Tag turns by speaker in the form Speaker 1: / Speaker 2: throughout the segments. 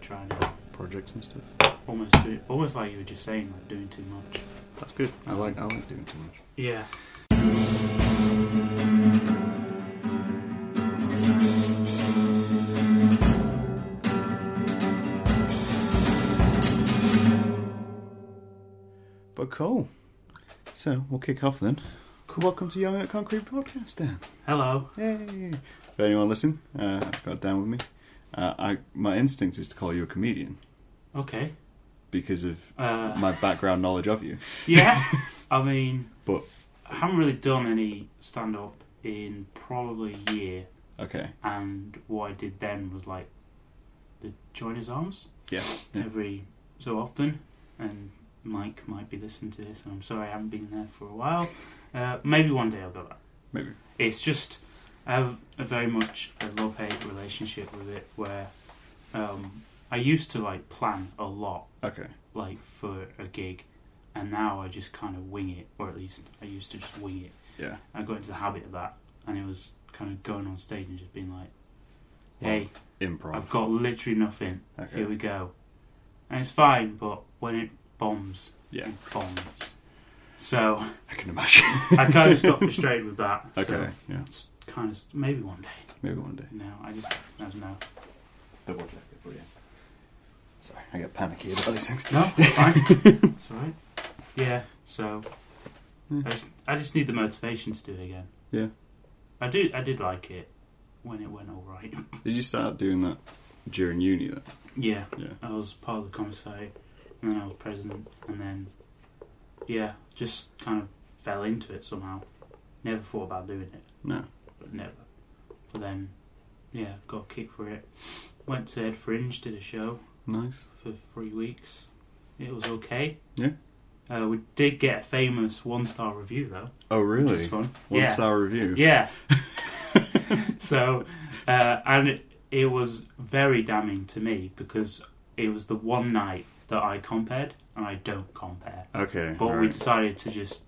Speaker 1: trying to
Speaker 2: projects and stuff.
Speaker 1: almost do almost like you were just saying, like doing too much.
Speaker 2: That's good. I like I like doing too much.
Speaker 1: Yeah.
Speaker 2: But cool. So we'll kick off then. Cool. Welcome to Young at Concrete Podcast, Dan.
Speaker 1: Hello.
Speaker 2: Yay! If anyone listen, uh, I've got Dan with me. Uh, I my instinct is to call you a comedian
Speaker 1: Okay.
Speaker 2: because of
Speaker 1: Uh,
Speaker 2: my background knowledge of you.
Speaker 1: yeah. I mean,
Speaker 2: But
Speaker 1: I haven't really done any stand up in probably a year,
Speaker 2: okay,
Speaker 1: and what I did then was like the joiners arms
Speaker 2: yeah, yeah.
Speaker 1: every so often, and Mike might be listening to this, and I'm sorry I haven't been there for a while. Uh, maybe one day I'll go back.
Speaker 2: maybe.
Speaker 1: it's just I have a very much a love hate relationship with it where um, I used to like plan a lot
Speaker 2: Okay,
Speaker 1: like for a gig and now I just kind of wing it or at least I used to just wing it
Speaker 2: yeah.
Speaker 1: I got into the habit of that and it was kind of going on stage and just being like
Speaker 2: Well,
Speaker 1: hey
Speaker 2: Improv.
Speaker 1: I've got literally nothing
Speaker 2: Okay.
Speaker 1: here we go and it's fine but when it bombs
Speaker 2: Yeah,
Speaker 1: it bombs so
Speaker 2: I can imagine.
Speaker 1: I kind of just got frustrated with that
Speaker 2: Okay,
Speaker 1: so
Speaker 2: yeah.
Speaker 1: it's kind of maybe one day
Speaker 2: Maybe one day.
Speaker 1: No, I just I don't know.
Speaker 2: Double check it for you. Sorry, I get panicky about these things.
Speaker 1: No, it's fine. it's alright. Yeah, so
Speaker 2: Yeah.
Speaker 1: I just I just need the motivation to do it again.
Speaker 2: Yeah.
Speaker 1: I do I did like it when it went alright.
Speaker 2: Did you start doing that during uni then?
Speaker 1: yeah.
Speaker 2: Yeah.
Speaker 1: I was part of the commissary and then I was president and then yeah, just kind of fell into it somehow. Never thought about doing it.
Speaker 2: No.
Speaker 1: But never. But then yeah, got kicked for it. Went to Ed Fringe, did a show.
Speaker 2: Nice.
Speaker 1: for three weeks. It was okay.
Speaker 2: Yeah.
Speaker 1: Uh, we did get a famous one star review though,
Speaker 2: Oh
Speaker 1: which
Speaker 2: really?
Speaker 1: is fun.
Speaker 2: One
Speaker 1: yeah.
Speaker 2: star review.
Speaker 1: Yeah. so, uh, and it, it was very damning to me because it was the one night that I compared, and I don't compare.
Speaker 2: Okay.
Speaker 1: But we
Speaker 2: right.
Speaker 1: decided to just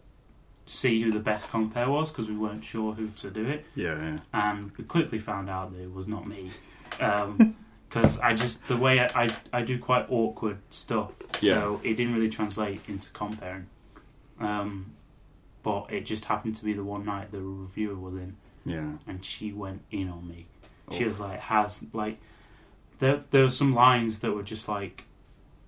Speaker 1: see who the best compare was because we weren't sure who to do it
Speaker 2: Yeah, yeah.
Speaker 1: and we quickly found out that it was not me because I just the way I, I I do quite awkward stuff, so it didn't really translate into comparing. Um, but it just happened to be the one night the reviewer was in,
Speaker 2: Yeah.
Speaker 1: and she went in on me. She
Speaker 2: Oh.
Speaker 1: was like, "Has like there there were some lines that were just like."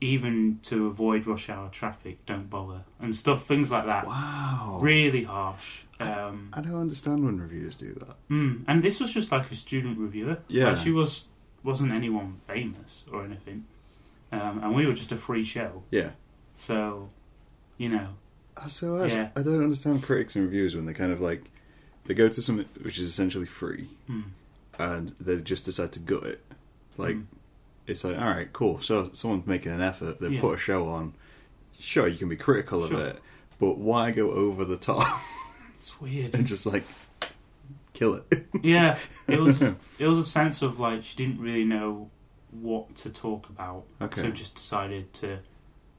Speaker 1: Even to avoid rush hour traffic, don't bother and stuff, things like that.
Speaker 2: Wow.
Speaker 1: Really harsh. Um,
Speaker 2: I don't understand when reviewers do that.
Speaker 1: Mm. And this was just like a student reviewer.
Speaker 2: Yeah.
Speaker 1: Like she was wasn't anyone famous or anything, um, and we were just a free show.
Speaker 2: Yeah.
Speaker 1: So, you know,
Speaker 2: That's so odd.
Speaker 1: Yeah.
Speaker 2: I don't understand critics and reviewers when they kind of like they go to something which is essentially free
Speaker 1: mm,
Speaker 2: and they just decide to gut it. Like
Speaker 1: Mm.
Speaker 2: it's like, all right, cool. So someone's making an effort. They've
Speaker 1: Yeah.
Speaker 2: put a show on. Sure, you can be critical
Speaker 1: Sure.
Speaker 2: of it, but why go over the top
Speaker 1: it's weird.
Speaker 2: and just like kill it?
Speaker 1: yeah, it was it was a sense of like she didn't really know what to talk about,
Speaker 2: Okay.
Speaker 1: so just decided to,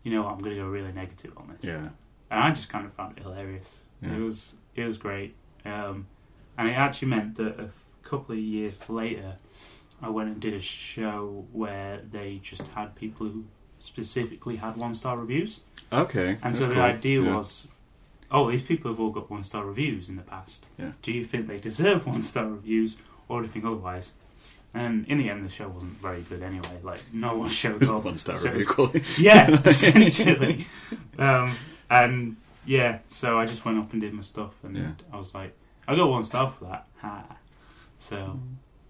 Speaker 1: you know, what, I'm going to go really negative on this.
Speaker 2: yeah.
Speaker 1: and I just kind of found it hilarious.
Speaker 2: Yeah.
Speaker 1: It was it was great, um, and it actually meant that a f- couple of years later, I went and did a show where they just had people who specifically had one star reviews,
Speaker 2: Okay.
Speaker 1: and
Speaker 2: that's
Speaker 1: so the
Speaker 2: cool.
Speaker 1: idea
Speaker 2: Yeah.
Speaker 1: was, oh, these people have all got one star reviews in the past.
Speaker 2: Yeah.
Speaker 1: Do you think they deserve one star reviews, or do you think otherwise? And in the end, the show wasn't very good anyway. Like no one showed up.
Speaker 2: one star
Speaker 1: So it
Speaker 2: review
Speaker 1: was
Speaker 2: quality.
Speaker 1: yeah, essentially. um, and yeah, so I just went up and did my stuff, and
Speaker 2: Yeah.
Speaker 1: I was like, I got one star for that. Ha. So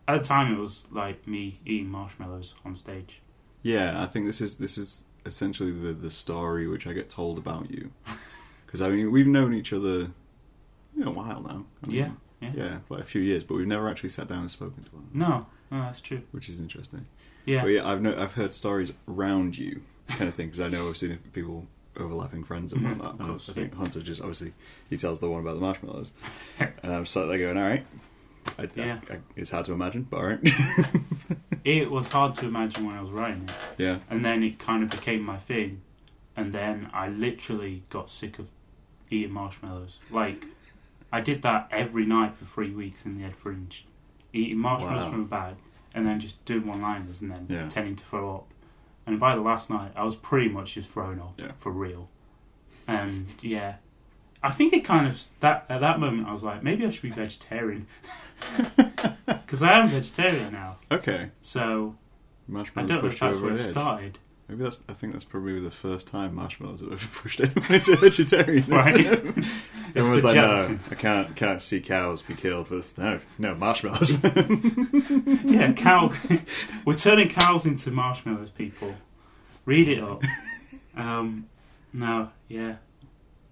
Speaker 1: at the time, it was like me eating marshmallows on stage.
Speaker 2: Yeah, I think this is this is essentially the the story which I get told about you. Because I mean, we've known each other you know, a while now. I mean,
Speaker 1: Yeah, yeah.
Speaker 2: yeah, like a few years, but we've never actually sat down and spoken to one, another,
Speaker 1: No, no, that's true.
Speaker 2: which is interesting.
Speaker 1: Oh, Yeah,
Speaker 2: But yeah, I've know, I've heard stories around you kind of thing because I know I've seen people overlapping friends and
Speaker 1: Mhm,
Speaker 2: whatnot.
Speaker 1: of
Speaker 2: and
Speaker 1: course,
Speaker 2: I think Hunter just obviously he tells the one about the marshmallows, and I'm sat there going, all right. I, I-
Speaker 1: Yeah.
Speaker 2: I- it's hard to imagine, but all right.
Speaker 1: it was hard to imagine when I was writing it,
Speaker 2: yeah,
Speaker 1: and then it kind of became my thing, and then I literally got sick of eating marshmallows. Like I did that every night for three weeks in the Ed Fringe, eating marshmallows
Speaker 2: Wow.
Speaker 1: from a bag and then just doing one liners and then
Speaker 2: Yeah.
Speaker 1: pretending to throw up And by the last night, I was pretty much just thrown off
Speaker 2: Yeah.
Speaker 1: for real. And yeah, I think it kind of that at that moment I was like, maybe I should be vegetarian because I am vegetarian now.
Speaker 2: Okay.
Speaker 1: So I
Speaker 2: Marshmallows
Speaker 1: don't know if
Speaker 2: pushed you
Speaker 1: that's
Speaker 2: over
Speaker 1: where it
Speaker 2: the edge.
Speaker 1: started.
Speaker 2: Maybe that's. I think that's probably the first time marshmallows have ever pushed anyone into vegetarianism.
Speaker 1: Right. It's
Speaker 2: Everyone's
Speaker 1: the
Speaker 2: like,
Speaker 1: gelatin.
Speaker 2: no, I can't, can't see cows be killed, but it's, no, no marshmallows.
Speaker 1: Yeah, cow. We're turning cows into marshmallows, people. Read it up. Um, no, yeah,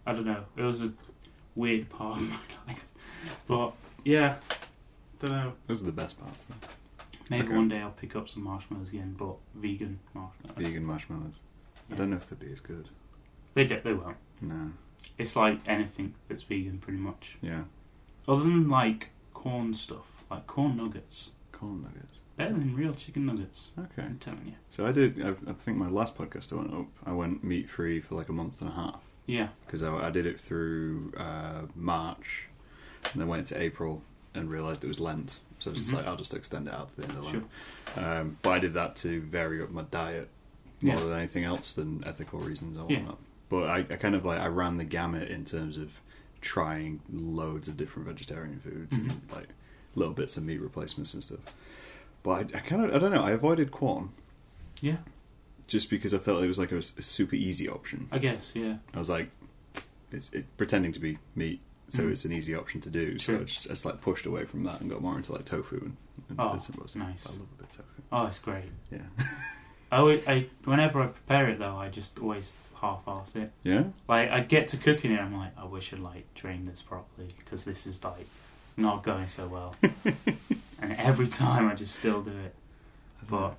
Speaker 1: I don't know. It was a weird part of my life, but yeah, don't know.
Speaker 2: Those are the best parts. Though.
Speaker 1: Maybe
Speaker 2: Okay.
Speaker 1: one day I'll pick up some marshmallows again, but vegan marshmallows.
Speaker 2: Vegan marshmallows. I don't know if they'd be as good.
Speaker 1: They do, they won't.
Speaker 2: No.
Speaker 1: It's like anything that's vegan, pretty much.
Speaker 2: Yeah.
Speaker 1: Other than like corn stuff, like corn nuggets,
Speaker 2: Corn nuggets.
Speaker 1: better than real chicken nuggets.
Speaker 2: Okay.
Speaker 1: I'm telling you.
Speaker 2: So I did. I, I think my last podcast I went up. I went meat free for like a month and a half
Speaker 1: Yeah,
Speaker 2: because I, I did it through uh, March, and then went to April and realised it was Lent. So I was just
Speaker 1: Mhm.
Speaker 2: like, I'll just extend it out to the end of
Speaker 1: sure.
Speaker 2: Lent. Um, but I did that to vary up my diet more
Speaker 1: Yeah.
Speaker 2: than anything else than ethical reasons or
Speaker 1: Yeah.
Speaker 2: whatnot. But I, I kind of like I ran the gamut in terms of trying loads of different vegetarian foods and
Speaker 1: Mm-hmm.
Speaker 2: like little bits of meat replacements and stuff. But I, I kind of I don't know. I avoided corn
Speaker 1: Yeah,
Speaker 2: just because I felt it was like a, s- a super easy option.
Speaker 1: I guess. Yeah.
Speaker 2: I was like, it's, it's pretending to be meat, so
Speaker 1: Mhm.
Speaker 2: it's an easy option to do. So
Speaker 1: Sure.
Speaker 2: I just, I just like pushed away from that and got more into like tofu and, and
Speaker 1: Oh,
Speaker 2: bits and bobs.
Speaker 1: nice.
Speaker 2: I love a bit of tofu.
Speaker 1: Oh, it's great.
Speaker 2: Yeah,
Speaker 1: I, always, I whenever I prepare it though, I just always half-ass it.
Speaker 2: yeah.
Speaker 1: Like I get to cooking it, I'm like, I wish I'd like drained this properly because this is like not going so well. and every time I just still do it.
Speaker 2: I don't know.
Speaker 1: But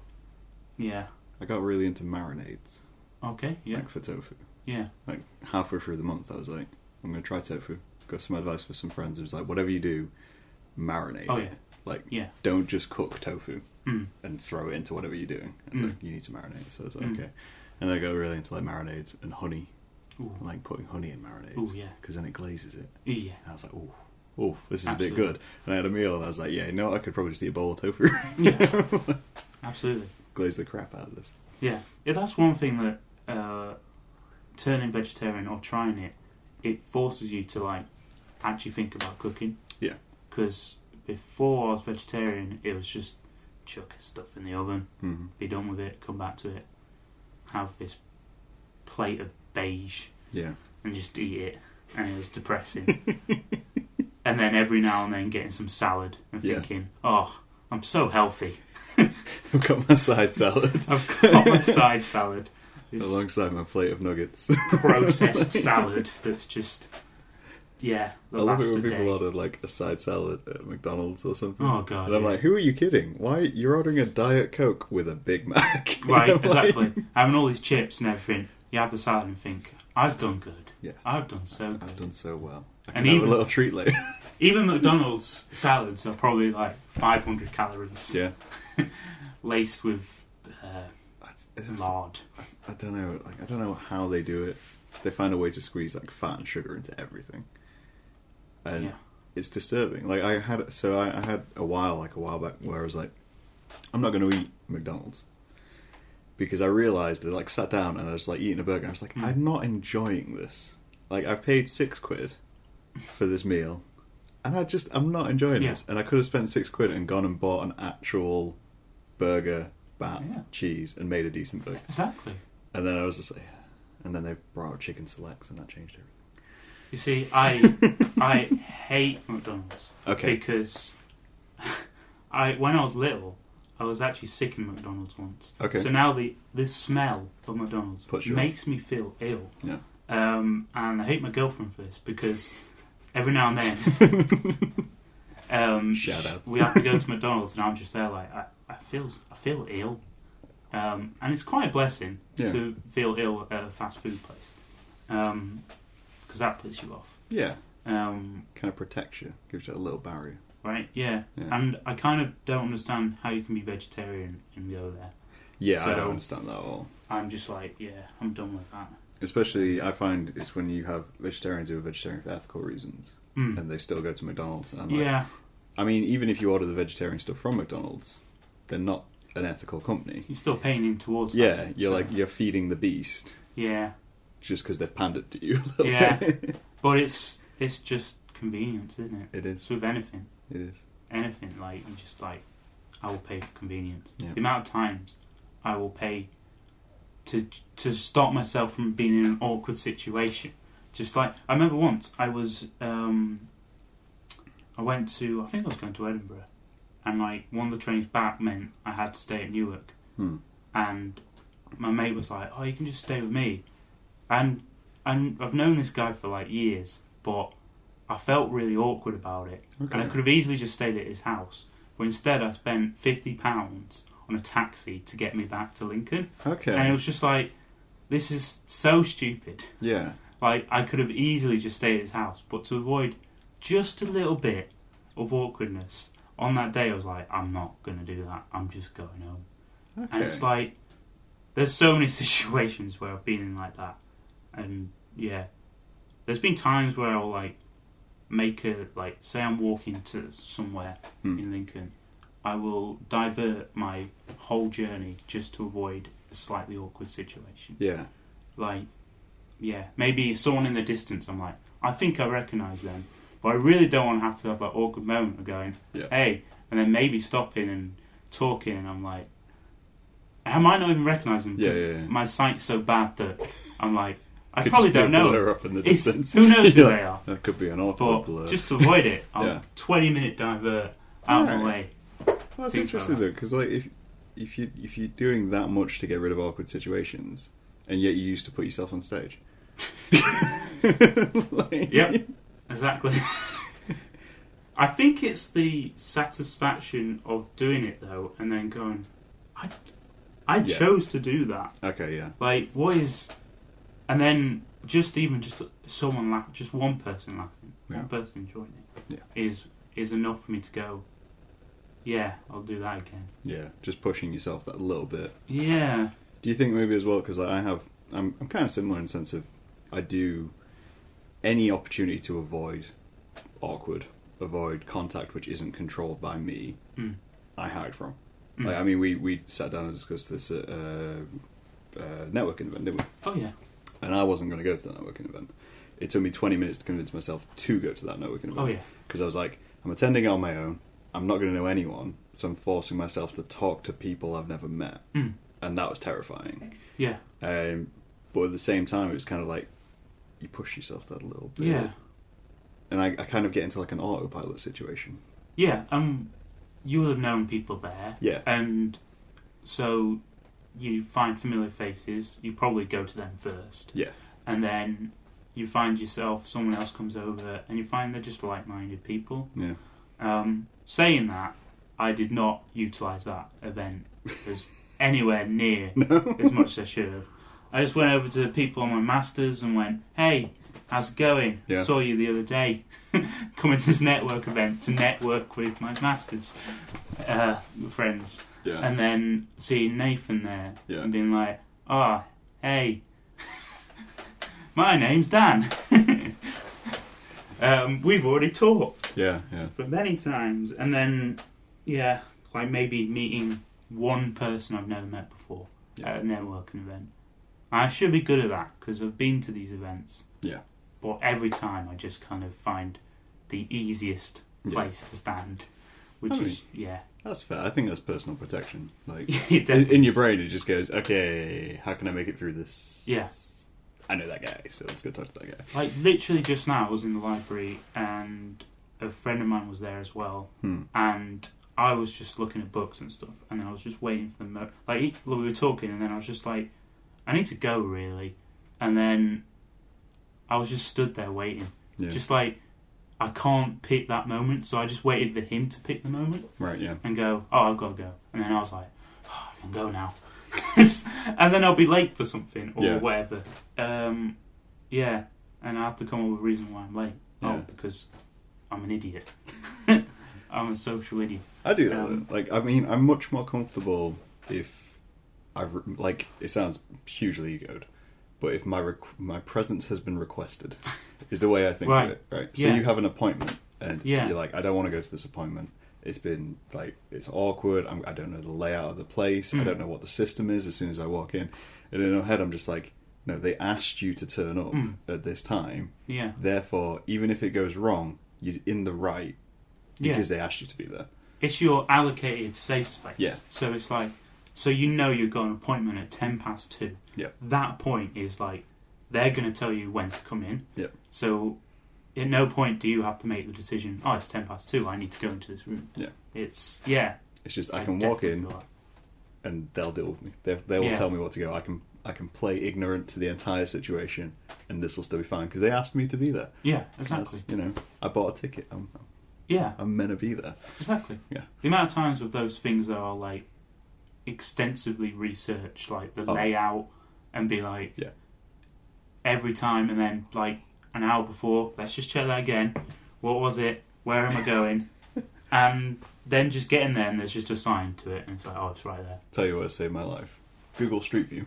Speaker 1: yeah,
Speaker 2: I got really into marinades,
Speaker 1: okay, yeah,
Speaker 2: like for tofu.
Speaker 1: yeah,
Speaker 2: Like halfway through the month, I was like, I'm going to try tofu. Got some advice for some friends. It was like, whatever you do, marinate
Speaker 1: Oh,
Speaker 2: it.
Speaker 1: yeah.
Speaker 2: Like,
Speaker 1: yeah.
Speaker 2: don't just cook tofu
Speaker 1: Mm.
Speaker 2: and throw it into whatever you're doing. It's
Speaker 1: Mm.
Speaker 2: like, you need to marinate. So I was like,
Speaker 1: Mm.
Speaker 2: okay. And I got really into like marinades and honey,
Speaker 1: Ooh,
Speaker 2: I like putting honey in
Speaker 1: ooh,
Speaker 2: marinades
Speaker 1: yeah,
Speaker 2: because then it glazes it.
Speaker 1: yeah.
Speaker 2: And I was like, ooh. Oof, this is a
Speaker 1: Absolutely.
Speaker 2: bit good. And I had a meal and I was like, yeah, you know, what? I could probably just eat a bowl of tofu.
Speaker 1: Yeah. Absolutely.
Speaker 2: Glaze the crap out of this.
Speaker 1: Yeah. yeah. That's one thing that uh, turning vegetarian or trying it, it forces you to like actually think about cooking.
Speaker 2: Yeah.
Speaker 1: Because before I was vegetarian, it was just chuck stuff in the oven,
Speaker 2: hmm
Speaker 1: be done with it, come back to it, have this plate of beige
Speaker 2: Yeah.
Speaker 1: and just eat it, and it was depressing. and then every now and then getting some salad and
Speaker 2: Yeah.
Speaker 1: thinking, oh, I'm so healthy.
Speaker 2: I've got my side salad.
Speaker 1: I've got my side salad. This
Speaker 2: alongside my plate of nuggets.
Speaker 1: processed salad that's just yeah the
Speaker 2: I love
Speaker 1: last
Speaker 2: it when
Speaker 1: of
Speaker 2: people
Speaker 1: day.
Speaker 2: order like a side salad at McDonald's or something.
Speaker 1: Oh god,
Speaker 2: and I'm
Speaker 1: yeah.
Speaker 2: like, who are you kidding? Why you're ordering a diet coke with a Big Mac? And
Speaker 1: right,
Speaker 2: I'm like,
Speaker 1: exactly. Having all these chips and everything, you have the salad and think, I've done good.
Speaker 2: Yeah.
Speaker 1: I've done so good.
Speaker 2: I've done so well. I can
Speaker 1: And
Speaker 2: have
Speaker 1: even-
Speaker 2: a little treat later.
Speaker 1: Even McDonald's salads are probably like 500 calories,
Speaker 2: yeah.
Speaker 1: laced with uh,
Speaker 2: I,
Speaker 1: lard.
Speaker 2: I don't know. Like I don't know how they do it. They find a way to squeeze like fat and sugar into everything, and
Speaker 1: Yeah.
Speaker 2: it's disturbing. Like I had so I, I had a while like a while back where I was like, I'm not going to eat McDonald's because I realized I like sat down and I was like eating a burger. I was like,
Speaker 1: Mm.
Speaker 2: I'm not enjoying this. Like I've paid six quid for this meal, and I just I'm not enjoying
Speaker 1: Yeah.
Speaker 2: this. And I could have spent six quid and gone and bought an actual burger, bat,
Speaker 1: Yeah.
Speaker 2: cheese, and made a decent burger.
Speaker 1: Exactly.
Speaker 2: And then I was just like, yeah. and then they brought out chicken selects, and that changed everything.
Speaker 1: You see, I I hate McDonald's
Speaker 2: Okay.
Speaker 1: because I when I was little, I was actually sick in McDonald's once.
Speaker 2: Okay.
Speaker 1: So now the the smell of McDonald's
Speaker 2: Puts you off.
Speaker 1: makes me feel ill.
Speaker 2: Yeah.
Speaker 1: Um, and I hate my girlfriend for this because every now and then um,
Speaker 2: Shout outs.
Speaker 1: we have to go to McDonald's and I'm just there like I, I feel I feel ill, um, and it's quite a blessing
Speaker 2: Yeah.
Speaker 1: to feel ill at a fast food place because that puts you off.
Speaker 2: yeah,
Speaker 1: Um,
Speaker 2: kind of protects you, gives you a little barrier.
Speaker 1: right? Yeah.
Speaker 2: Yeah.
Speaker 1: And I kind of don't understand how you can be vegetarian and go there.
Speaker 2: Yeah, I
Speaker 1: So-
Speaker 2: don't understand that at all.
Speaker 1: I'm just like, yeah, I'm done with that.
Speaker 2: Especially, I find it's when you have vegetarians who are vegetarian for ethical reasons,
Speaker 1: Mm.
Speaker 2: and they still go to McDonald's. And I'm like,
Speaker 1: Yeah,
Speaker 2: I mean, even if you order the vegetarian stuff from McDonald's, they're not an ethical company.
Speaker 1: You're still paying in towards. that,
Speaker 2: Yeah, you're
Speaker 1: so-
Speaker 2: like you're feeding the beast
Speaker 1: yeah,
Speaker 2: just because they've pandered to you. A little
Speaker 1: Yeah.
Speaker 2: bit.
Speaker 1: but it's it's just convenience, isn't it?
Speaker 2: it
Speaker 1: It's
Speaker 2: is.
Speaker 1: with anything,
Speaker 2: It is.
Speaker 1: anything like you just like, I will pay for convenience.
Speaker 2: Yeah.
Speaker 1: The amount of times I will pay to to stop myself from being in an awkward situation. Just like I remember once I was um, I went to I think I was going to Edinburgh, and like one of the trains back meant I had to stay at Newark.
Speaker 2: Hmm.
Speaker 1: and my mate was like, "Oh, you can just stay with me," and and I've known this guy for like years, but I felt really awkward about it, and I
Speaker 2: Okay.
Speaker 1: could have easily just stayed at his house, but instead I spent fifty pounds on a taxi to get me back to Lincoln, and it
Speaker 2: Okay.
Speaker 1: was just like, this is so stupid.
Speaker 2: Yeah.
Speaker 1: Like I could have easily just stayed at his house, but to avoid just a little bit of awkwardness on that day, I was like, I'm not gonna do that. I'm just going home.
Speaker 2: Okay.
Speaker 1: And it's like, there's so many situations where I've been in like that, and yeah, there's been times where I'll like make a like say I'm walking to somewhere
Speaker 2: Hmm.
Speaker 1: in Lincoln, I will divert my whole journey just to avoid a slightly awkward situation.
Speaker 2: yeah.
Speaker 1: Like, yeah, maybe someone in the distance. I'm like, I think I recognise them, but I really don't want to have to have that awkward moment of going,
Speaker 2: Yeah.
Speaker 1: hey, and then maybe stopping and talking, and I'm like, I might not even recognise them
Speaker 2: Yeah.
Speaker 1: because
Speaker 2: Yeah. yeah.
Speaker 1: my sight's so bad that I'm like, I
Speaker 2: Could
Speaker 1: probably
Speaker 2: just be a
Speaker 1: don't know.
Speaker 2: blur up in the
Speaker 1: It's-
Speaker 2: distance.
Speaker 1: who knows who
Speaker 2: Yeah.
Speaker 1: they are?
Speaker 2: That could be an awkward
Speaker 1: But
Speaker 2: blur.
Speaker 1: just to avoid it, I'll
Speaker 2: Yeah.
Speaker 1: 20 minute divert out of
Speaker 2: Alright.
Speaker 1: my way.
Speaker 2: Well, that's
Speaker 1: think
Speaker 2: interesting
Speaker 1: so.
Speaker 2: though, because like if if you if you're doing that much to get rid of awkward situations, and yet you used to put yourself on stage. like,
Speaker 1: Yep. Exactly. I think it's the satisfaction of doing it though, and then going, I, I
Speaker 2: Yeah.
Speaker 1: chose to do that.
Speaker 2: Okay. Yeah.
Speaker 1: Like, what is, and then just even just someone laugh, just one person laughing,
Speaker 2: Yeah.
Speaker 1: one person enjoying it,
Speaker 2: Yeah.
Speaker 1: is is enough for me to go. Yeah, I'll do that again.
Speaker 2: Yeah. Just pushing yourself that little bit.
Speaker 1: Yeah,
Speaker 2: Do you think maybe as well? Because like, I have, I'm I'm kind of similar in the sense of I do any opportunity to avoid awkward, avoid contact which isn't controlled by me.
Speaker 1: Mm.
Speaker 2: I hide from.
Speaker 1: Mm.
Speaker 2: Like, I mean, we we sat down and discussed this at uh, uh, networking event, didn't we?
Speaker 1: oh yeah,
Speaker 2: and I wasn't going to go to that networking event. It took me 20 minutes to convince myself to go to that networking event.
Speaker 1: oh yeah,
Speaker 2: Because I was like, I'm attending on my own. I'm not going to know anyone. So I'm forcing myself to talk to people I've never met.
Speaker 1: Mm.
Speaker 2: And that was terrifying.
Speaker 1: yeah,
Speaker 2: Um, but at the same time, it was kind of like, you push yourself that little bit.
Speaker 1: yeah,
Speaker 2: And I, I kind of get into like an autopilot situation.
Speaker 1: yeah. Um, you will have known people there.
Speaker 2: Yeah.
Speaker 1: And so you find familiar faces, you probably go to them first.
Speaker 2: Yeah.
Speaker 1: And then you find yourself, someone else comes over, and you find they're just like minded people.
Speaker 2: Yeah.
Speaker 1: Um, saying that, I did not utilise that event as anywhere near as much as I should have. I just went over to the people on my masters and went, "Hey, how's it going?
Speaker 2: Yeah.
Speaker 1: Saw you the other day. Coming to this network event to network with my masters uh, friends."
Speaker 2: Yeah.
Speaker 1: And then seeing Nathan there
Speaker 2: Yeah.
Speaker 1: and being like, "Ah, hey, my name's Dan. um, we've already talked."
Speaker 2: yeah. Yeah.
Speaker 1: for many times, and then yeah, like maybe meeting one person I've never met before
Speaker 2: Yeah.
Speaker 1: at a networking event. I should be good at that because I've been to these events.
Speaker 2: Yeah.
Speaker 1: But every time I just kind of find the easiest
Speaker 2: Yeah. Oh,
Speaker 1: place to stand, which
Speaker 2: I
Speaker 1: is yeah,
Speaker 2: That's fair. I think that's personal protection. Like,
Speaker 1: It
Speaker 2: in,
Speaker 1: definitely
Speaker 2: in your
Speaker 1: is.
Speaker 2: brain, it just goes, okay, how can I make it through this?
Speaker 1: Yeah.
Speaker 2: I know that guy, so let's go talk to that guy.
Speaker 1: Like literally just now, I was in the library and a friend of mine was there as well,
Speaker 2: Hmm.
Speaker 1: and I was just looking at books and stuff, and I was just waiting for the mo- like he- we were talking, and then I was just like, I need to go really, and then I was just stood there waiting,
Speaker 2: Yeah.
Speaker 1: just like I can't pick that moment, so I just waited for him to pick the moment
Speaker 2: right, yeah.
Speaker 1: and go, oh, I've got to go, and then I was like, oh, I can go now, and then I'll be late for something or
Speaker 2: Yeah.
Speaker 1: whatever, um, yeah, and I have to come up with a reason why I'm late.
Speaker 2: Yeah.
Speaker 1: Oh, because I'm an idiot. I'm a social idiot.
Speaker 2: I do that.
Speaker 1: Um,
Speaker 2: though. like, I mean, I'm much more comfortable if I've, re- like, it sounds hugely egoed, but if my requ- my presence has been requested, is the way I think
Speaker 1: Right.
Speaker 2: of it, right? So
Speaker 1: Yeah.
Speaker 2: you have an appointment, and
Speaker 1: Yeah.
Speaker 2: you're like, I don't want to go to this appointment. It's been like it's awkward. I'm, I don't know the layout of the place.
Speaker 1: Hmm.
Speaker 2: I don't know what the system is. As soon as I walk in, and in my head, I'm just like, no, they asked you to turn up
Speaker 1: Mm.
Speaker 2: at this time.
Speaker 1: Yeah.
Speaker 2: Therefore, even if it goes wrong, you're in the right
Speaker 1: Yeah.
Speaker 2: because they asked you to be there.
Speaker 1: It's your allocated safe space.
Speaker 2: Yeah.
Speaker 1: So it's like, so you know you've got an appointment at 10 past 2.
Speaker 2: Yeah.
Speaker 1: That point is like, they're going to tell you when to come in.
Speaker 2: Yeah.
Speaker 1: So at no point do you have to make the decision, oh, it's 10 past 2, I need to go into this room.
Speaker 2: Yeah.
Speaker 1: It's, yeah.
Speaker 2: It's just I can walk
Speaker 1: definitely
Speaker 2: in
Speaker 1: feel that.
Speaker 2: and they'll deal with me. They they will
Speaker 1: Yeah.
Speaker 2: tell me what to go. I can I can play ignorant to the entire situation, and this will still be fine because they asked me to be there.
Speaker 1: Yeah,
Speaker 2: That's-
Speaker 1: exactly.
Speaker 2: you know, I bought a ticket. I'm
Speaker 1: Yeah,
Speaker 2: I'm meant to be there.
Speaker 1: exactly.
Speaker 2: Yeah.
Speaker 1: The amount of times with those things that are like extensively researched, like the
Speaker 2: Oh.
Speaker 1: layout, and be like,
Speaker 2: Yeah.
Speaker 1: every time, and then like an hour before, let's just check that again. What was it? Where am I going? and then just get in there, and there's just a sign to it, and it's like, oh, it's right there.
Speaker 2: Tell you what saved my life. Google Street View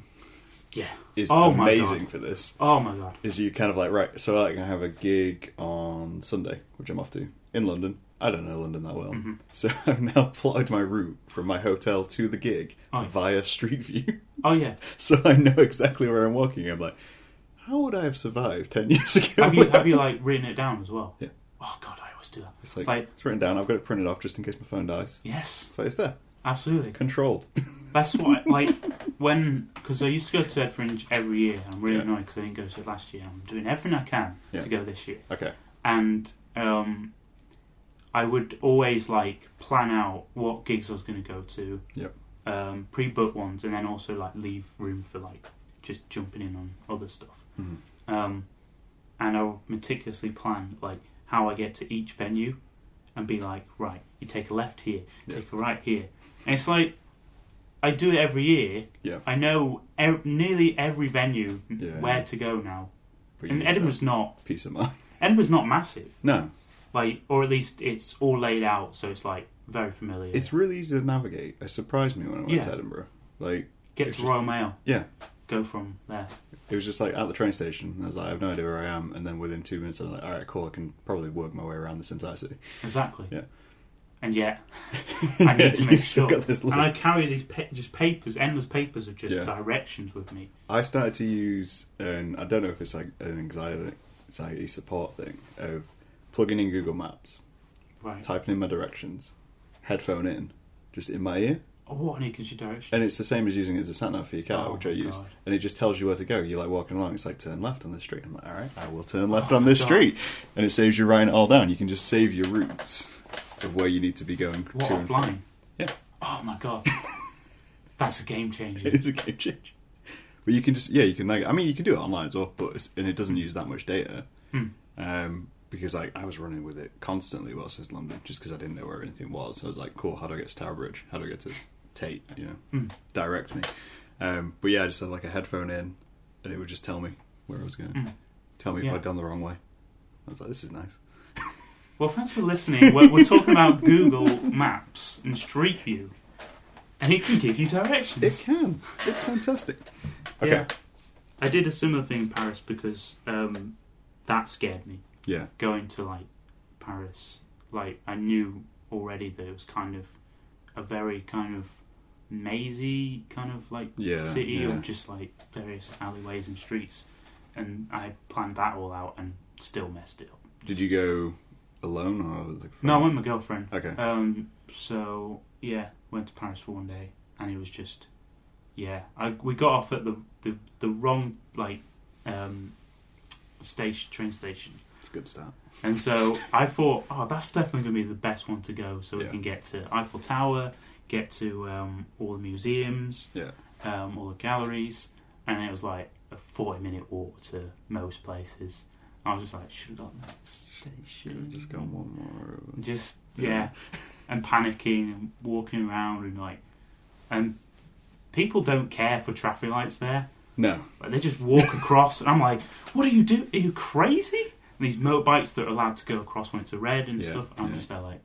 Speaker 1: Yeah.
Speaker 2: is
Speaker 1: Oh my
Speaker 2: amazing for this.
Speaker 1: Oh my god.
Speaker 2: Is you kind of like right? So like I have a gig on Sunday, which I'm off to in London. I don't know London that well,
Speaker 1: Mhm.
Speaker 2: so I've now plotted my route from my hotel to the gig
Speaker 1: Oh.
Speaker 2: via Street View.
Speaker 1: Oh yeah.
Speaker 2: so I know exactly where I'm walking. I'm like, how would I have survived ten years ago?
Speaker 1: Have you have you like written it down as well?
Speaker 2: Yeah.
Speaker 1: Oh god, I always do that.
Speaker 2: it's like,
Speaker 1: like-
Speaker 2: it's written down. I've got it printed off just in case my phone dies.
Speaker 1: Yes,
Speaker 2: So it's there,
Speaker 1: absolutely.
Speaker 2: controlled.
Speaker 1: That's what, like, when, because I used to go to Ed Fringe every year. I'm really
Speaker 2: Yeah.
Speaker 1: annoyed because I didn't go to it last year. I'm doing everything I can
Speaker 2: Yeah.
Speaker 1: to go this year.
Speaker 2: okay,
Speaker 1: And um, I would always, like, plan out what gigs I was going to go to,
Speaker 2: Yep.
Speaker 1: um, pre book ones, and then also, like, leave room for, like, just jumping in on other stuff.
Speaker 2: Mhm.
Speaker 1: Um, and I'll meticulously plan, like, how I get to each venue and be like, right, you take a left here,
Speaker 2: Yeah.
Speaker 1: take a right here. And it's like, I do it every year.
Speaker 2: Yeah.
Speaker 1: I know ev- nearly every venue n-
Speaker 2: Yeah.
Speaker 1: where to go now.
Speaker 2: But you
Speaker 1: And
Speaker 2: need that
Speaker 1: Edinburgh's not
Speaker 2: peace of mind.
Speaker 1: Edinburgh's not massive,
Speaker 2: No,
Speaker 1: like or at least it's all laid out, so it's like very familiar.
Speaker 2: it's really easy to navigate. It surprised me when I went
Speaker 1: Yeah.
Speaker 2: to Edinburgh. Like
Speaker 1: Get
Speaker 2: it's
Speaker 1: to
Speaker 2: just-
Speaker 1: Royal Mail.
Speaker 2: Yeah.
Speaker 1: Go from there.
Speaker 2: it was just like at the train station. I was like, I have no idea where I am, and then within two minutes, I'm like, all right, cool. I can probably work my way around this entire city.
Speaker 1: Exactly.
Speaker 2: Yeah.
Speaker 1: And yet, I need to make
Speaker 2: You've still
Speaker 1: sure.
Speaker 2: got this list.
Speaker 1: and I carry these pa- just papers, endless papers of just
Speaker 2: Yeah.
Speaker 1: directions with me.
Speaker 2: I started to use, and I don't know if it's like an anxiety, anxiety support thing, of plugging in Google Maps,
Speaker 1: Right.
Speaker 2: typing in my directions, headphone in, just in my ear.
Speaker 1: Oh, I need to directions.
Speaker 2: And it's the same as using it as a sat nav for your car,
Speaker 1: Oh
Speaker 2: which I
Speaker 1: my
Speaker 2: use.
Speaker 1: God.
Speaker 2: And it just tells you where to go. You're like walking along, it's like turn left on this street. I'm like, all right, I will turn left
Speaker 1: Oh
Speaker 2: on
Speaker 1: my
Speaker 2: this
Speaker 1: God.
Speaker 2: street. And it saves you writing it all down. You can just save your routes of where you need to be going
Speaker 1: What
Speaker 2: to and from.
Speaker 1: offline?
Speaker 2: Yeah.
Speaker 1: Oh my god. That's a game
Speaker 2: It
Speaker 1: changer.
Speaker 2: is a game change. But you can just yeah, you can like I mean you can do it online as well, but it's, and it doesn't use that much data.
Speaker 1: Hmm.
Speaker 2: Um, because like I was running with it constantly whilst I was in London, just because I didn't know where anything was. So I was like, cool, how do I get to Tower Bridge? How do I get to Tate? You know,
Speaker 1: Hmm.
Speaker 2: direct me. Um, but yeah, I just had like a headphone in, and it would just tell me where I was going.
Speaker 1: Hmm.
Speaker 2: Tell me
Speaker 1: Yeah.
Speaker 2: if I'd gone the wrong way. I was like, this is nice.
Speaker 1: Well, thanks for listening. We're, we're talking about Google Maps and Street View, and it can give you
Speaker 2: It
Speaker 1: directions.
Speaker 2: can. It's fantastic. Okay.
Speaker 1: Yeah. I did a similar thing in Paris because um, that scared me.
Speaker 2: Yeah.
Speaker 1: Going to like Paris, like I knew already that it was kind of a very kind of mazy kind of like
Speaker 2: Yeah,
Speaker 1: city
Speaker 2: yeah.
Speaker 1: of just like various alleyways and streets, and I planned that all out and still messed it up.
Speaker 2: Did you go alone or with, like?
Speaker 1: No, I went with my girlfriend.
Speaker 2: Okay.
Speaker 1: Um, so yeah, went to Paris for one day, and it was just, yeah, I we got off at the the, the wrong like um, station train station,
Speaker 2: It's a good start.
Speaker 1: and so I thought, oh, that's definitely gonna be the best one to go, so we
Speaker 2: Yeah.
Speaker 1: can get to Eiffel Tower, get to um, all the museums,
Speaker 2: Yeah.
Speaker 1: um, all the galleries, and it was like a forty minute walk to most places. I was just like, should have got the next
Speaker 2: Could
Speaker 1: station.
Speaker 2: have just gone one more.
Speaker 1: just
Speaker 2: Yeah.
Speaker 1: yeah, and panicking and walking around and like and people don't care for traffic lights there
Speaker 2: No.
Speaker 1: like they just walk across and i'm like what are you do are you crazy and these motorbikes that are allowed to go across when it's a red and
Speaker 2: Yeah,
Speaker 1: stuff i'm
Speaker 2: yeah.
Speaker 1: just there like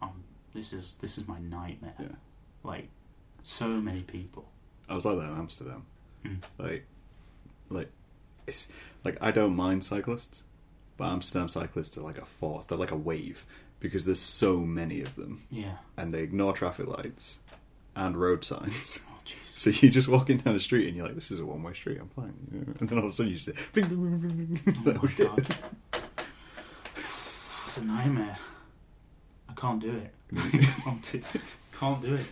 Speaker 1: um, this is this is my nightmare
Speaker 2: Yeah.
Speaker 1: like so many people
Speaker 2: I was like that in Amsterdam.
Speaker 1: Mm.
Speaker 2: Like, like, it's like I don't mind cyclists, but Amsterdam cyclists are like a force. They're like a wave. because there's so many of them
Speaker 1: Yeah.
Speaker 2: and they ignore traffic lights and road signs.
Speaker 1: Oh, jeez.
Speaker 2: So you're just walking down the street and you're like, "This is a one-way street. I'm fine," you know? and then all of a sudden you just bing, bing, bing, bing, bing.
Speaker 1: Oh,
Speaker 2: Like,
Speaker 1: my
Speaker 2: shit.
Speaker 1: God. It's a nightmare. I can't do it. can't, do, can't do it.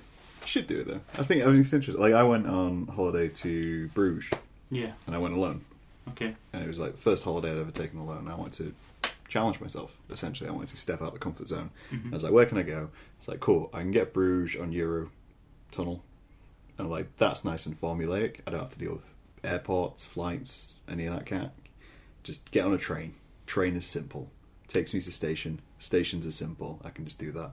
Speaker 2: Should do it though. I think I mean it's interesting. Like I went on holiday to Bruges
Speaker 1: Yeah.
Speaker 2: and I went alone,
Speaker 1: Okay.
Speaker 2: and it was like the first holiday I'd ever taken alone. I wanted to challenge myself. Essentially, I wanted to step out the comfort zone. I was like, "Where can I go?" It's like, "Cool, I can get Bruges on Euro Tunnel," and I'm like, "That's nice and formulaic. I don't have to deal with airports, flights, any of that cat. Just get on a train. Train is simple. Takes me to station. Stations are simple. I can just do that."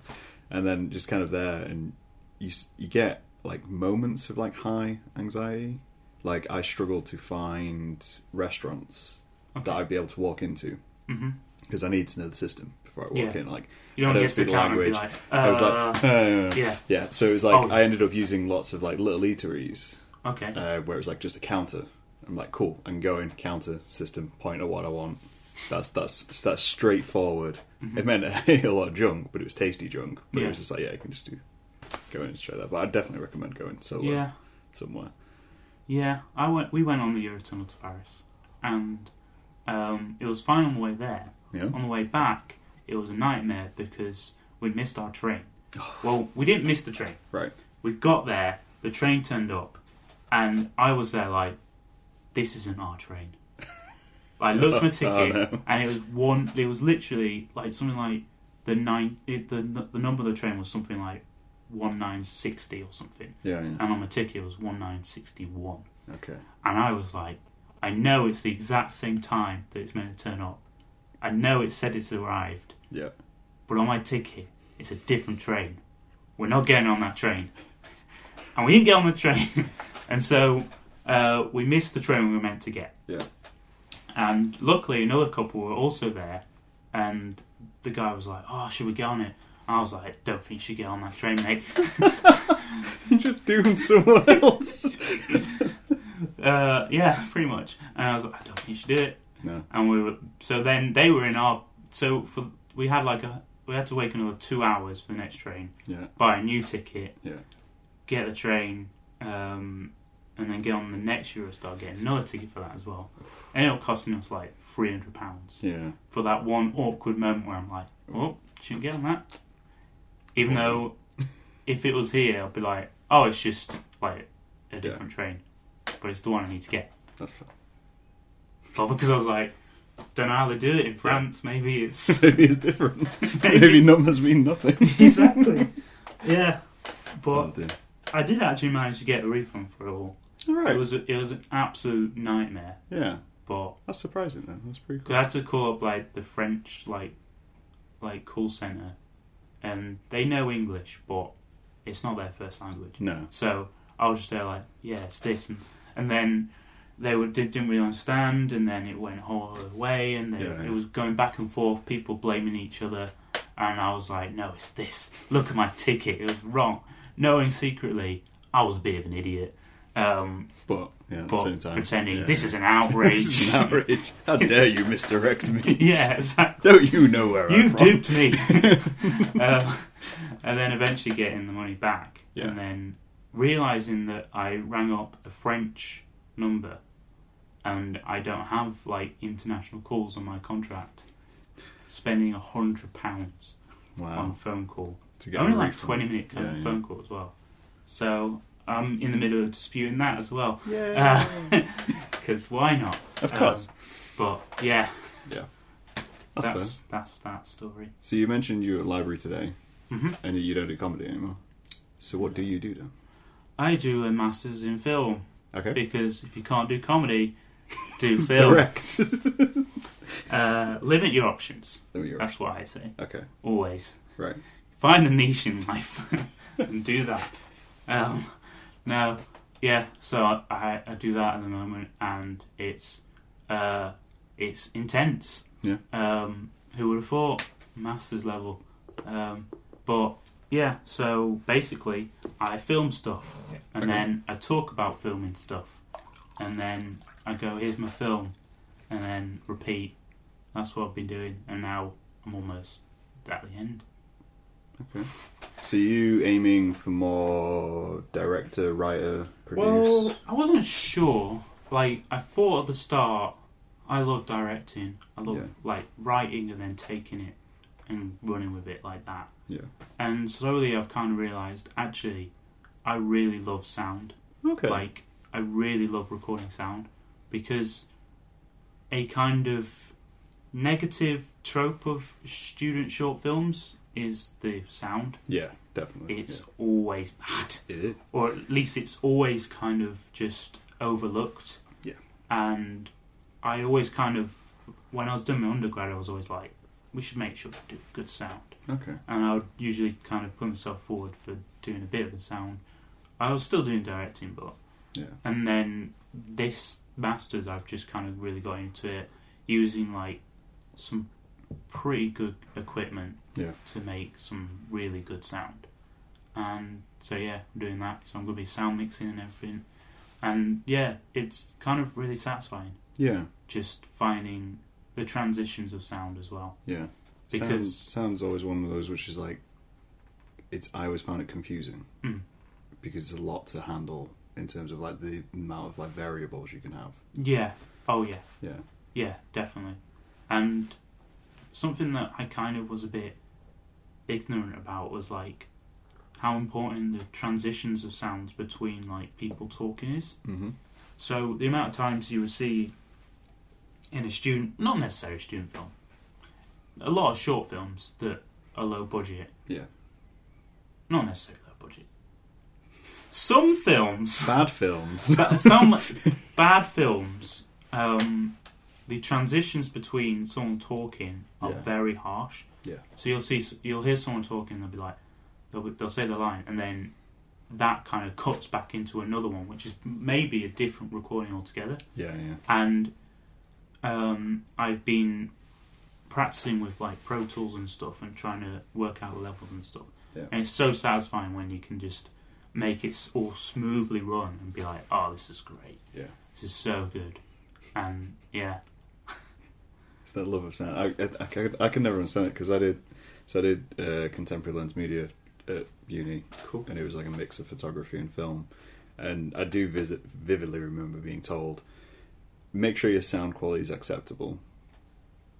Speaker 2: And then just kind of there, and you s- you get like moments of like high anxiety. Like I struggle to find restaurants
Speaker 1: Okay.
Speaker 2: that I'd be able to walk into
Speaker 1: hmm
Speaker 2: because I need to know the system before I walk
Speaker 1: Yeah.
Speaker 2: in. Like
Speaker 1: You
Speaker 2: I
Speaker 1: don't
Speaker 2: don't
Speaker 1: get to
Speaker 2: speak
Speaker 1: the
Speaker 2: the
Speaker 1: counter and be
Speaker 2: language.
Speaker 1: like, uh,
Speaker 2: I was like, "Uh,
Speaker 1: yeah.
Speaker 2: yeah. So it was like
Speaker 1: Oh.
Speaker 2: I ended up using lots of like little eateries
Speaker 1: Okay.
Speaker 2: uh, where it was like just a counter. I'm like, cool. I'm going counter system, point at what I want. That's that's that's straightforward. It meant I ate a lot of junk, but it was tasty junk. But it
Speaker 1: Mm-hmm. Yeah.
Speaker 2: was just like, yeah, I can just do go in and try that. But I definitely recommend going solo
Speaker 1: yeah.
Speaker 2: somewhere.
Speaker 1: Yeah, I went. We went on the Eurotunnel to Paris, and um, it was fine on the way there.
Speaker 2: Yeah.
Speaker 1: On the way back, it was a nightmare because we missed our train. well, we didn't miss the train.
Speaker 2: Right.
Speaker 1: We got there, the train turned up, and I was there like, "This isn't our train." I looked at my ticket,
Speaker 2: Oh, no.
Speaker 1: and it was one. It was literally like something like the nine. It, the the number of the train was something like one nine sixty or something,
Speaker 2: Yeah. yeah.
Speaker 1: and on my ticket it was one nine sixty one.
Speaker 2: Okay.
Speaker 1: And I was like, I know it's the exact same time that it's meant to turn up. I know it said it's arrived,
Speaker 2: Yeah.
Speaker 1: but on my ticket, it's a different train. We're not getting on that train. And we didn't get on the train. and so uh, we missed the train we were meant to get.
Speaker 2: Yeah.
Speaker 1: And luckily, another couple were also there. And the guy was like, Oh, should we get on it? I was like, Don't think you should get on that train, mate.
Speaker 2: You just doomed someone else.
Speaker 1: Uh, yeah, pretty much. And I was like, I don't think you should do it.
Speaker 2: No.
Speaker 1: And we were so then they were in our so for we had like a we had to wait another two hours for the next train,
Speaker 2: Yeah.
Speaker 1: buy a new ticket,
Speaker 2: Yeah.
Speaker 1: get the train, um, and then get on the next Eurostar, get another ticket for that as well. And it'll costing us like three hundred pounds
Speaker 2: Yeah.
Speaker 1: for that one awkward moment where I'm like, oh, shouldn't get on that. Even though if it was here, I'd be like, oh, it's just like a different train, but it's the one I need to get.
Speaker 2: That's fine.
Speaker 1: Well, because I was like, don't know how they do it in France. Maybe it's
Speaker 2: Maybe it's different.
Speaker 1: Maybe
Speaker 2: Maybe
Speaker 1: it's-
Speaker 2: numbers mean nothing.
Speaker 1: exactly. Yeah,
Speaker 2: Oh,
Speaker 1: but
Speaker 2: dear.
Speaker 1: I did actually manage to get a refund for it all.
Speaker 2: All right.
Speaker 1: It was a, it was an absolute nightmare,
Speaker 2: yeah.
Speaker 1: but
Speaker 2: That's surprising then. That's pretty
Speaker 1: 'cause I had to call up like the French like like call center, and they know English, but it's not their first language.
Speaker 2: cool. No.
Speaker 1: So I was just there like, yeah, it's this, and, and then they were, did, didn't really understand, and then it went all the way, and they,
Speaker 2: Yeah, yeah.
Speaker 1: it was going back and forth, people blaming each other, and I was like, no, it's this. Look at my ticket, it was wrong, knowing secretly I was a bit of an idiot, um,
Speaker 2: But yeah, at the
Speaker 1: but
Speaker 2: same time.
Speaker 1: pretending
Speaker 2: yeah.
Speaker 1: this is an
Speaker 2: This
Speaker 1: outrage.
Speaker 2: is an outrage. How dare you misdirect me?
Speaker 1: yeah, exactly.
Speaker 2: Don't you know where I'm
Speaker 1: You've
Speaker 2: from?
Speaker 1: duped me. um, and then eventually getting the money back.
Speaker 2: Yeah.
Speaker 1: And then realizing that I rang up a French number and I don't have like international calls on my contract. Spending a hundred pounds on a
Speaker 2: Wow.
Speaker 1: phone call.
Speaker 2: To
Speaker 1: Oh, Only
Speaker 2: a
Speaker 1: like
Speaker 2: refund.
Speaker 1: twenty minute
Speaker 2: Yeah, yeah.
Speaker 1: phone call as well. So I'm in the middle of disputing that as well.
Speaker 2: Yeah.
Speaker 1: Because why not?
Speaker 2: of
Speaker 1: Um,
Speaker 2: course.
Speaker 1: But yeah,
Speaker 2: yeah. That's, fair.
Speaker 1: that's that's that story.
Speaker 2: So you mentioned you were at library today
Speaker 1: hmm
Speaker 2: and you don't do comedy anymore. So what do you do then?
Speaker 1: I do a masters in film
Speaker 2: Okay.
Speaker 1: because if you can't do comedy, do film.
Speaker 2: Direct.
Speaker 1: uh, limit your options.
Speaker 2: There we are.
Speaker 1: That's what I say.
Speaker 2: Okay.
Speaker 1: Always
Speaker 2: Right.
Speaker 1: find the niche in life and do that. Um, no, yeah. So I, I do that at the moment, and it's uh, it's intense.
Speaker 2: Yeah.
Speaker 1: Um, who would have thought masters level? Um, but yeah. So basically, I film stuff, and
Speaker 2: Okay.
Speaker 1: then I talk about filming stuff, and then I go, "Here's my film," and then repeat. That's what I've been doing, and now I'm almost at the end.
Speaker 2: Okay. So you aiming for more director, writer, produce?
Speaker 1: Well, I wasn't sure. Like, I thought at the start, I love directing. I love
Speaker 2: Yeah.
Speaker 1: like writing and then taking it and running with it like that.
Speaker 2: Yeah.
Speaker 1: And slowly, I've kind of realised actually, I really love sound.
Speaker 2: okay.
Speaker 1: Like, I really love recording sound because a kind of negative trope of student short films is the sound.
Speaker 2: yeah, definitely.
Speaker 1: It's always bad
Speaker 2: yeah. it is.
Speaker 1: or at least it's always kind of just overlooked.
Speaker 2: Yeah.
Speaker 1: And I always kind of, when I was doing my undergrad, I was always like, we should make sure we do good sound.
Speaker 2: Okay.
Speaker 1: And I would usually kind of put myself forward for doing a bit of the sound. I was still doing directing, but.
Speaker 2: Yeah.
Speaker 1: And then this Masters, I've just kind of really got into it using like some pretty good equipment
Speaker 2: Yeah.
Speaker 1: to make some really good sound. And so yeah, I'm doing that. So I'm gonna be sound mixing and everything. And yeah, it's kind of really satisfying
Speaker 2: Yeah.
Speaker 1: just finding the transitions of sound as well.
Speaker 2: Yeah.
Speaker 1: Because-
Speaker 2: sounds, sounds always one of those which is like it's I always found it confusing
Speaker 1: Mm.
Speaker 2: because it's a lot to handle in terms of like the amount of like variables you can have.
Speaker 1: Yeah. Oh yeah.
Speaker 2: Yeah.
Speaker 1: Yeah, definitely. And something that I kind of was a bit ignorant about was like how important the transitions of sounds between like people talking is.
Speaker 2: Mm-hmm.
Speaker 1: So the amount of times you would see in a student, not necessarily a student film, a lot of short films that are low budget.
Speaker 2: Yeah.
Speaker 1: Not necessarily low budget. Some films,
Speaker 2: Bad films.
Speaker 1: ba- some bad films, um, the transitions between someone talking are
Speaker 2: Yeah.
Speaker 1: very harsh.
Speaker 2: Yeah.
Speaker 1: So you'll see, you'll hear someone talking, they'll be like, they'll, be- they'll say the line, and then that kind of cuts back into another one, which is maybe a different recording altogether
Speaker 2: yeah, yeah.
Speaker 1: and um, I've been practicing with like Pro Tools and stuff and trying to work out levels and stuff.
Speaker 2: Yeah.
Speaker 1: And it's so satisfying when you can just make it s- all smoothly run and be like, "Oh, this is great.
Speaker 2: Yeah.
Speaker 1: This is so good." And yeah,
Speaker 2: It's that love of sound. I, I, I, could- I can never understand it because I did. So I did uh, contemporary lens media at uni,
Speaker 1: cool.
Speaker 2: and it was like a mix of photography and film. And I do visit vividly remember being told, make sure your sound quality is acceptable,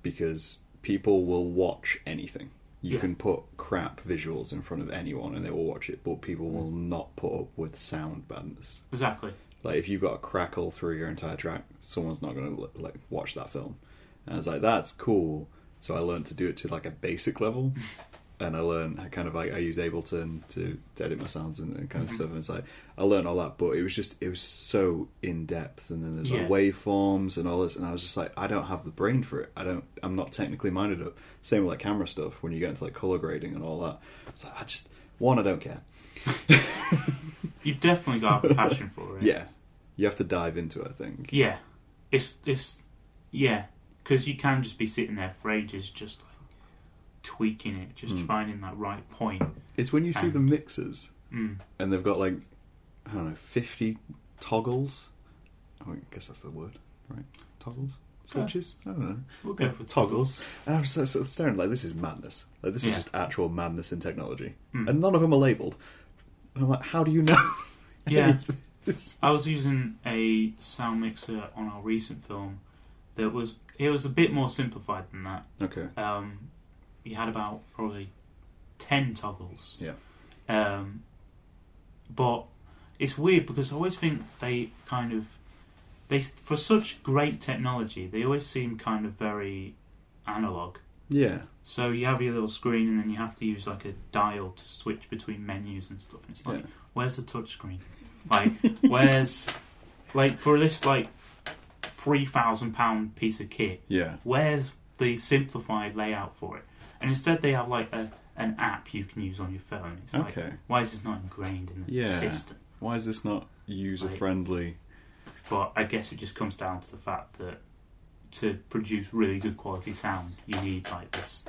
Speaker 2: because people will watch anything. You
Speaker 1: Yeah.
Speaker 2: can put crap visuals in front of anyone, and they will watch it. But people will not put up with sound badness.
Speaker 1: Exactly.
Speaker 2: Like if you've got a crackle through your entire track, someone's not going to like watch that film. And I was like, that's cool. So I learned to do it to like a basic level, and I learned I kind of like I use Ableton to, to edit my sounds and, and kind of stuff. And it's like I learned all that, but it was just it was so in depth. And then there's
Speaker 1: Yeah.
Speaker 2: like waveforms and all this, and I was just like, I don't have the brain for it. I don't. I'm not technically minded up. Same with like camera stuff when you get into like color grading and all that. It's like I just one, I don't care.
Speaker 1: You definitely got a passion for it.
Speaker 2: Yeah, you have to dive into it. I think.
Speaker 1: Yeah. It's it's yeah, because you can just be sitting there for ages, just like tweaking it, just
Speaker 2: Mm.
Speaker 1: finding that right point.
Speaker 2: It's when you see the
Speaker 1: And-
Speaker 2: mixers
Speaker 1: Mm.
Speaker 2: and they've got like I don't know, fifty toggles. Oh, I mean, I guess that's the word, right? Toggles, switches. I don't know.
Speaker 1: We'll go
Speaker 2: Yeah,
Speaker 1: for
Speaker 2: toggles. And I'm so, so staring like this is madness. Like this
Speaker 1: Yeah.
Speaker 2: is just actual madness in technology,
Speaker 1: Mm.
Speaker 2: and none of them are labeled. And I'm like, how do you know?
Speaker 1: Yeah.
Speaker 2: any of this?
Speaker 1: I was using a sound mixer on our recent film that was it was a bit more simplified than that.
Speaker 2: Okay.
Speaker 1: Um, you had about probably ten toggles.
Speaker 2: Yeah.
Speaker 1: Um, but it's weird because I always think they kind of they for such great technology they always seem kind of very analog.
Speaker 2: Yeah.
Speaker 1: So you have your little screen and then you have to use like a dial to switch between menus and stuff. And it's like,
Speaker 2: Yeah.
Speaker 1: where's the touch screen? Like, where's like for this like three thousand pound piece of kit?
Speaker 2: Yeah.
Speaker 1: Where's the simplified layout for it? And instead they have like a an app you can use on your phone. It's like,
Speaker 2: Okay.
Speaker 1: why is this not ingrained in the
Speaker 2: Yeah.
Speaker 1: system?
Speaker 2: Why is this not user friendly?
Speaker 1: But I guess it just comes down to the fact that to produce really good quality sound, you need like this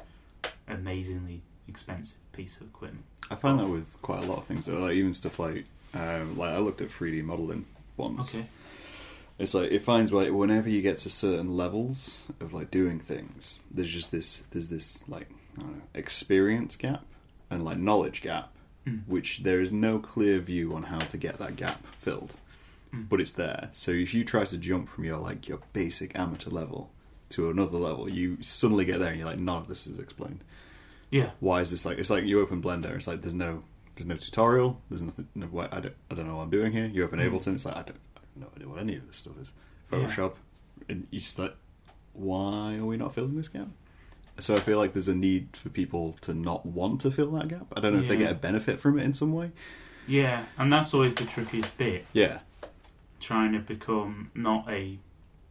Speaker 1: amazingly expensive piece of equipment.
Speaker 2: I find
Speaker 1: oh.
Speaker 2: that with quite a lot of things, though. Like even stuff like, um, like I looked at 3D modeling once.
Speaker 1: Okay.
Speaker 2: It's like it finds like whenever you get to certain levels of like doing things, there's just this there's this like I don't know, experience gap and like knowledge gap,
Speaker 1: Mm.
Speaker 2: which there is no clear view on how to get that gap filled,
Speaker 1: Mm.
Speaker 2: but it's there. So if you try to jump from your like your basic amateur level to another level, you suddenly get there and you're like, none of this is explained.
Speaker 1: Yeah.
Speaker 2: Why is this like? It's like you open Blender. It's like there's no there's no tutorial. There's nothing. No, why- I don't I don't know what I'm doing here. You open
Speaker 1: Mm.
Speaker 2: Ableton. It's like I don't I have no idea what any of this stuff is.
Speaker 1: Yeah.
Speaker 2: Photoshop, and you just like, why are we not filling this gap? So I feel like there's a need for people to not want to fill that gap. I don't know if they
Speaker 1: Yeah.
Speaker 2: get a benefit from it in some way.
Speaker 1: Yeah. And that's always the trickiest bit
Speaker 2: Yeah,
Speaker 1: trying to become not a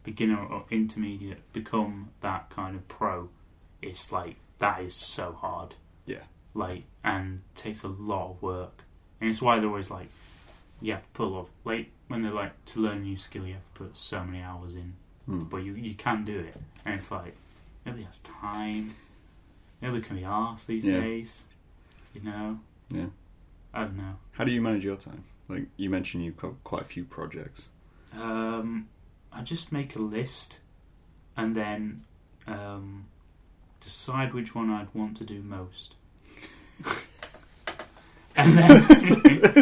Speaker 1: beginner or intermediate, become that kind of pro. It's like, that is so hard.
Speaker 2: Yeah.
Speaker 1: Like, and takes a lot of work. And it's why they're always like, you have to put a lot of, like, when they're like, to learn a new skill, you have to put so many hours in.
Speaker 2: Hmm.
Speaker 1: but you you can do it. And it's like nobody has time. Nobody can be arsed these
Speaker 2: Yeah.
Speaker 1: days. You know.
Speaker 2: Yeah.
Speaker 1: I don't know.
Speaker 2: How do you manage your time? Like you mentioned, you've got quite a few projects.
Speaker 1: Um, I just make a list, and then um, decide which one I'd want to do most. and then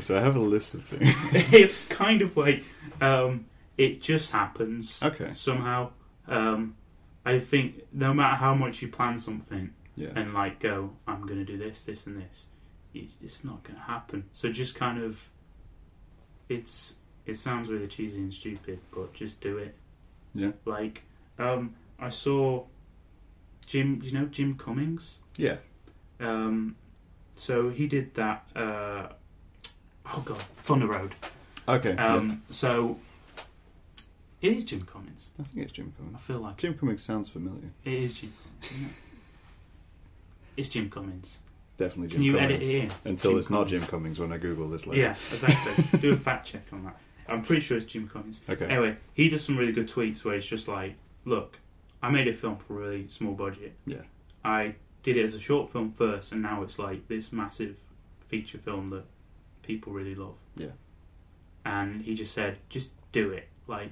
Speaker 2: So I have a list of things.
Speaker 1: it's kind of like um, it just happens.
Speaker 2: Okay.
Speaker 1: somehow. Um, I think no matter how much you plan something
Speaker 2: Yeah.
Speaker 1: and like go, I'm going to do this, this, and this, it, it's not going to happen. So just kind of, it's it sounds really cheesy and stupid, but just do it.
Speaker 2: Yeah.
Speaker 1: Like, um, I saw Jim. You know Jim Cummings.
Speaker 2: Yeah.
Speaker 1: Um, so he did that. Uh, oh God, Thunder Road.
Speaker 2: Okay. yeah.
Speaker 1: Um, So it is Jim Cummings.
Speaker 2: I think it's Jim
Speaker 1: I
Speaker 2: Cummings.
Speaker 1: feel like
Speaker 2: Jim Cummings sounds familiar.
Speaker 1: It is Jim Cummings. isn't it? It's Jim Cummings.
Speaker 2: It's definitely Jim
Speaker 1: Can you
Speaker 2: Cummings.
Speaker 1: edit it in?
Speaker 2: Until
Speaker 1: Jim
Speaker 2: it's not
Speaker 1: Cummings.
Speaker 2: Jim Cummings when I Google this later.
Speaker 1: Yeah, exactly. Do a fact check on that. I'm pretty sure it's Jim Cummings.
Speaker 2: Okay.
Speaker 1: Anyway, he does some really good tweets where it's just like, look, I made a film for a really small budget.
Speaker 2: Yeah.
Speaker 1: I did it as a short film first, and now it's like this massive feature film that people really love.
Speaker 2: Yeah.
Speaker 1: And he just said, just do it. Like,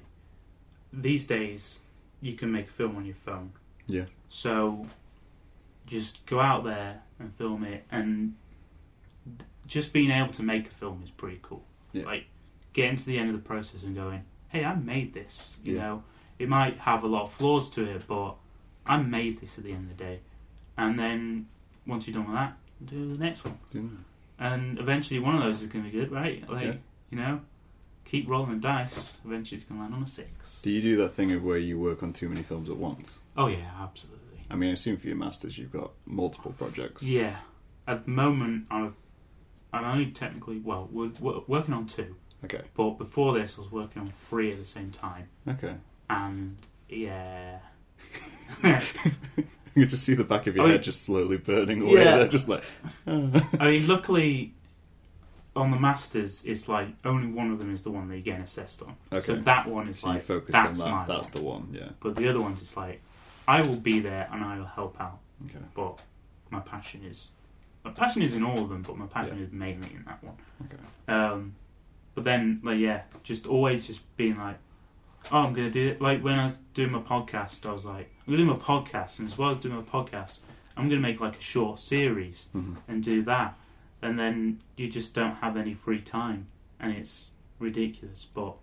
Speaker 1: these days, you can make a film on your phone.
Speaker 2: Yeah.
Speaker 1: So, just go out there and film it, and just being able to make a film is pretty cool.
Speaker 2: Yeah.
Speaker 1: Like, getting to the end of the process and going, hey, I made this. You
Speaker 2: Yeah.
Speaker 1: know, it might have a lot of flaws to it, but I made this at the end of the day. And then once you're done with that, do the next one.
Speaker 2: Do you know?
Speaker 1: And eventually one of those is going to be good, right? Like,
Speaker 2: Yeah.
Speaker 1: you know, keep rolling the dice. Eventually it's going to land on a six.
Speaker 2: Do you do that thing of where you work on too many films at once?
Speaker 1: Oh, yeah, absolutely.
Speaker 2: I mean, I assume for your masters you've got multiple projects.
Speaker 1: Yeah. At the moment, I've, I'm only technically, well, we're, we're working on two.
Speaker 2: Okay.
Speaker 1: But before this, I was working on three at the same time.
Speaker 2: Okay.
Speaker 1: And, yeah.
Speaker 2: You can just see the back of your
Speaker 1: I mean-
Speaker 2: head just slowly burning away.
Speaker 1: Oh, Yeah.
Speaker 2: They're just like, "Ah."
Speaker 1: I mean, luckily, on the Masters, it's like only one of them is the one that you're getting assessed on. So
Speaker 2: Okay.
Speaker 1: that one is
Speaker 2: so you
Speaker 1: like,
Speaker 2: focus on
Speaker 1: that's my
Speaker 2: that. That's
Speaker 1: one.
Speaker 2: the one. Yeah.
Speaker 1: but the other ones, it's like, I will be there and I will help out.
Speaker 2: Okay.
Speaker 1: But my passion is, my passion is in all of them, but my passion is mainly in that one.
Speaker 2: Okay.
Speaker 1: Um, but then, like, yeah, just always just being like, oh, I'm going to do it. Like, when I was doing my podcast, I was like, I'm going to do my podcast. And as well as doing my podcast, I'm going to make like a short series
Speaker 2: hmm
Speaker 1: and do that, and then you just don't have any free time, and it's ridiculous, but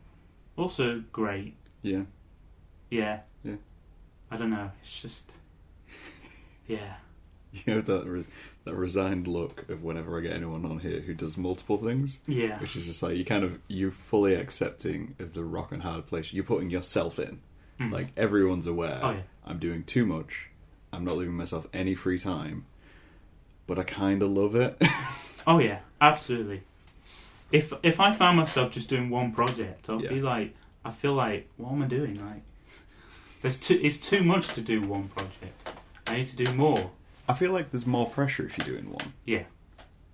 Speaker 1: also great.
Speaker 2: Yeah.
Speaker 1: Yeah.
Speaker 2: Yeah.
Speaker 1: I don't know. It's just. Yeah.
Speaker 2: You know that re- that resigned look of whenever I get anyone on here who does multiple things,
Speaker 1: Yeah.
Speaker 2: which is just like you kind of you fully accepting of the rock and hard place you're putting yourself in.
Speaker 1: Mm.
Speaker 2: Like everyone's aware.
Speaker 1: Oh yeah.
Speaker 2: I'm doing too much. I'm not leaving myself any free time. But I kind of love it.
Speaker 1: Oh yeah. Absolutely. If if I found myself just doing one project, I'd
Speaker 2: Yeah.
Speaker 1: be like, I feel like, what am I doing? Like, there's too it's too much to do one project. I need to do more.
Speaker 2: I feel like there's more pressure if you're doing one
Speaker 1: Yeah.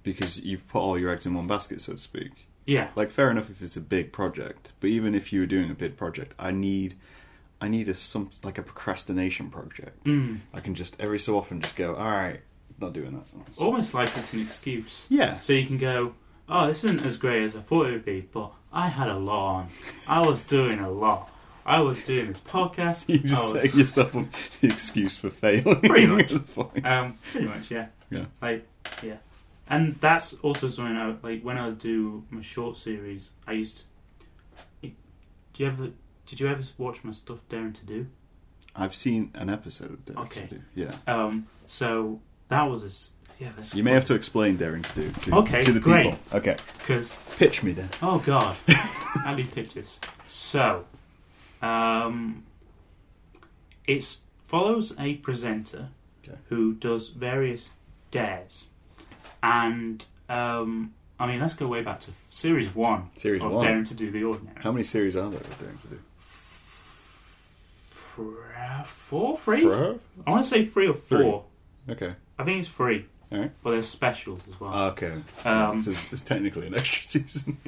Speaker 2: because you've put all your eggs in one basket, so to speak.
Speaker 1: Yeah.
Speaker 2: Like, fair enough if it's a big project, but even if you were doing a big project, I need, I need a some like a procrastination project.
Speaker 1: Mm.
Speaker 2: I can just every so often just go, all right, not doing that. It's just-
Speaker 1: Almost like it's an excuse.
Speaker 2: Yeah,
Speaker 1: So you can go, oh, this isn't as great as I thought it would be, but I had a lot on. I was doing a lot. I was doing this podcast.
Speaker 2: You
Speaker 1: I
Speaker 2: just
Speaker 1: was,
Speaker 2: set yourself up the excuse for failing.
Speaker 1: Oh. Pretty much.
Speaker 2: Fine.
Speaker 1: um, pretty much, yeah.
Speaker 2: Yeah.
Speaker 1: Like, yeah. And that's also something I like when I would do my short series. I used. Do you ever? Did you ever watch my stuff Daring to Do?
Speaker 2: I've seen an episode of Daring
Speaker 1: Okay.
Speaker 2: to Do. Yeah.
Speaker 1: Um, so that was a s- yeah. That's
Speaker 2: You may have to explain Daring to Do to,
Speaker 1: Okay,
Speaker 2: to the
Speaker 1: great.
Speaker 2: people. Okay.
Speaker 1: because
Speaker 2: Pitch me, Dan.
Speaker 1: Oh God, I need pictures. So, um, it follows a presenter
Speaker 2: Okay.
Speaker 1: who does various dares, and um, I mean, let's go way back to series one
Speaker 2: Series
Speaker 1: of
Speaker 2: one.
Speaker 1: Daring to Do the Ordinary.
Speaker 2: How many series are there of Daring to Do?
Speaker 1: Fra- Four, three?
Speaker 2: Four?
Speaker 1: I want to say three or four.
Speaker 2: Three. Okay.
Speaker 1: I think it's three.
Speaker 2: Alright.
Speaker 1: But there's specials as well.
Speaker 2: Okay.
Speaker 1: um,
Speaker 2: this is, it's technically an extra season.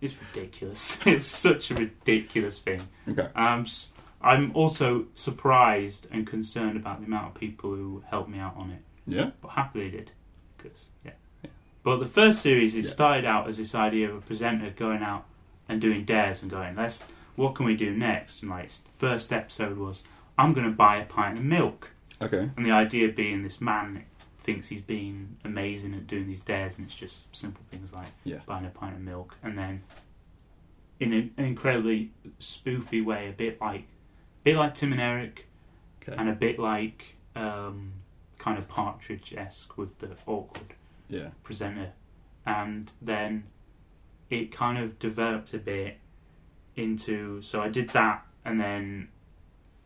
Speaker 1: it's ridiculous. it's such a ridiculous thing.
Speaker 2: okay.
Speaker 1: I'm, Um, s- I'm also surprised and concerned about the amount of people who helped me out on it,
Speaker 2: Yeah.
Speaker 1: but happily they did, because yeah.
Speaker 2: Yeah.
Speaker 1: But the first series, it
Speaker 2: Yeah.
Speaker 1: started out as this idea of a presenter going out and doing dares and going, let's what can we do next? And like s- first episode was, I'm going to buy a pint of milk,
Speaker 2: Okay.
Speaker 1: and the idea being this man thinks he's been amazing at doing these dares, and it's just simple things like
Speaker 2: Yeah.
Speaker 1: buying a pint of milk, and then in an incredibly spoofy way, a bit like, bit like Tim and Eric,
Speaker 2: Okay.
Speaker 1: and a bit like um, kind of Partridge esque with the awkward
Speaker 2: yeah.
Speaker 1: presenter, and then it kind of developed a bit into. So I did that, and then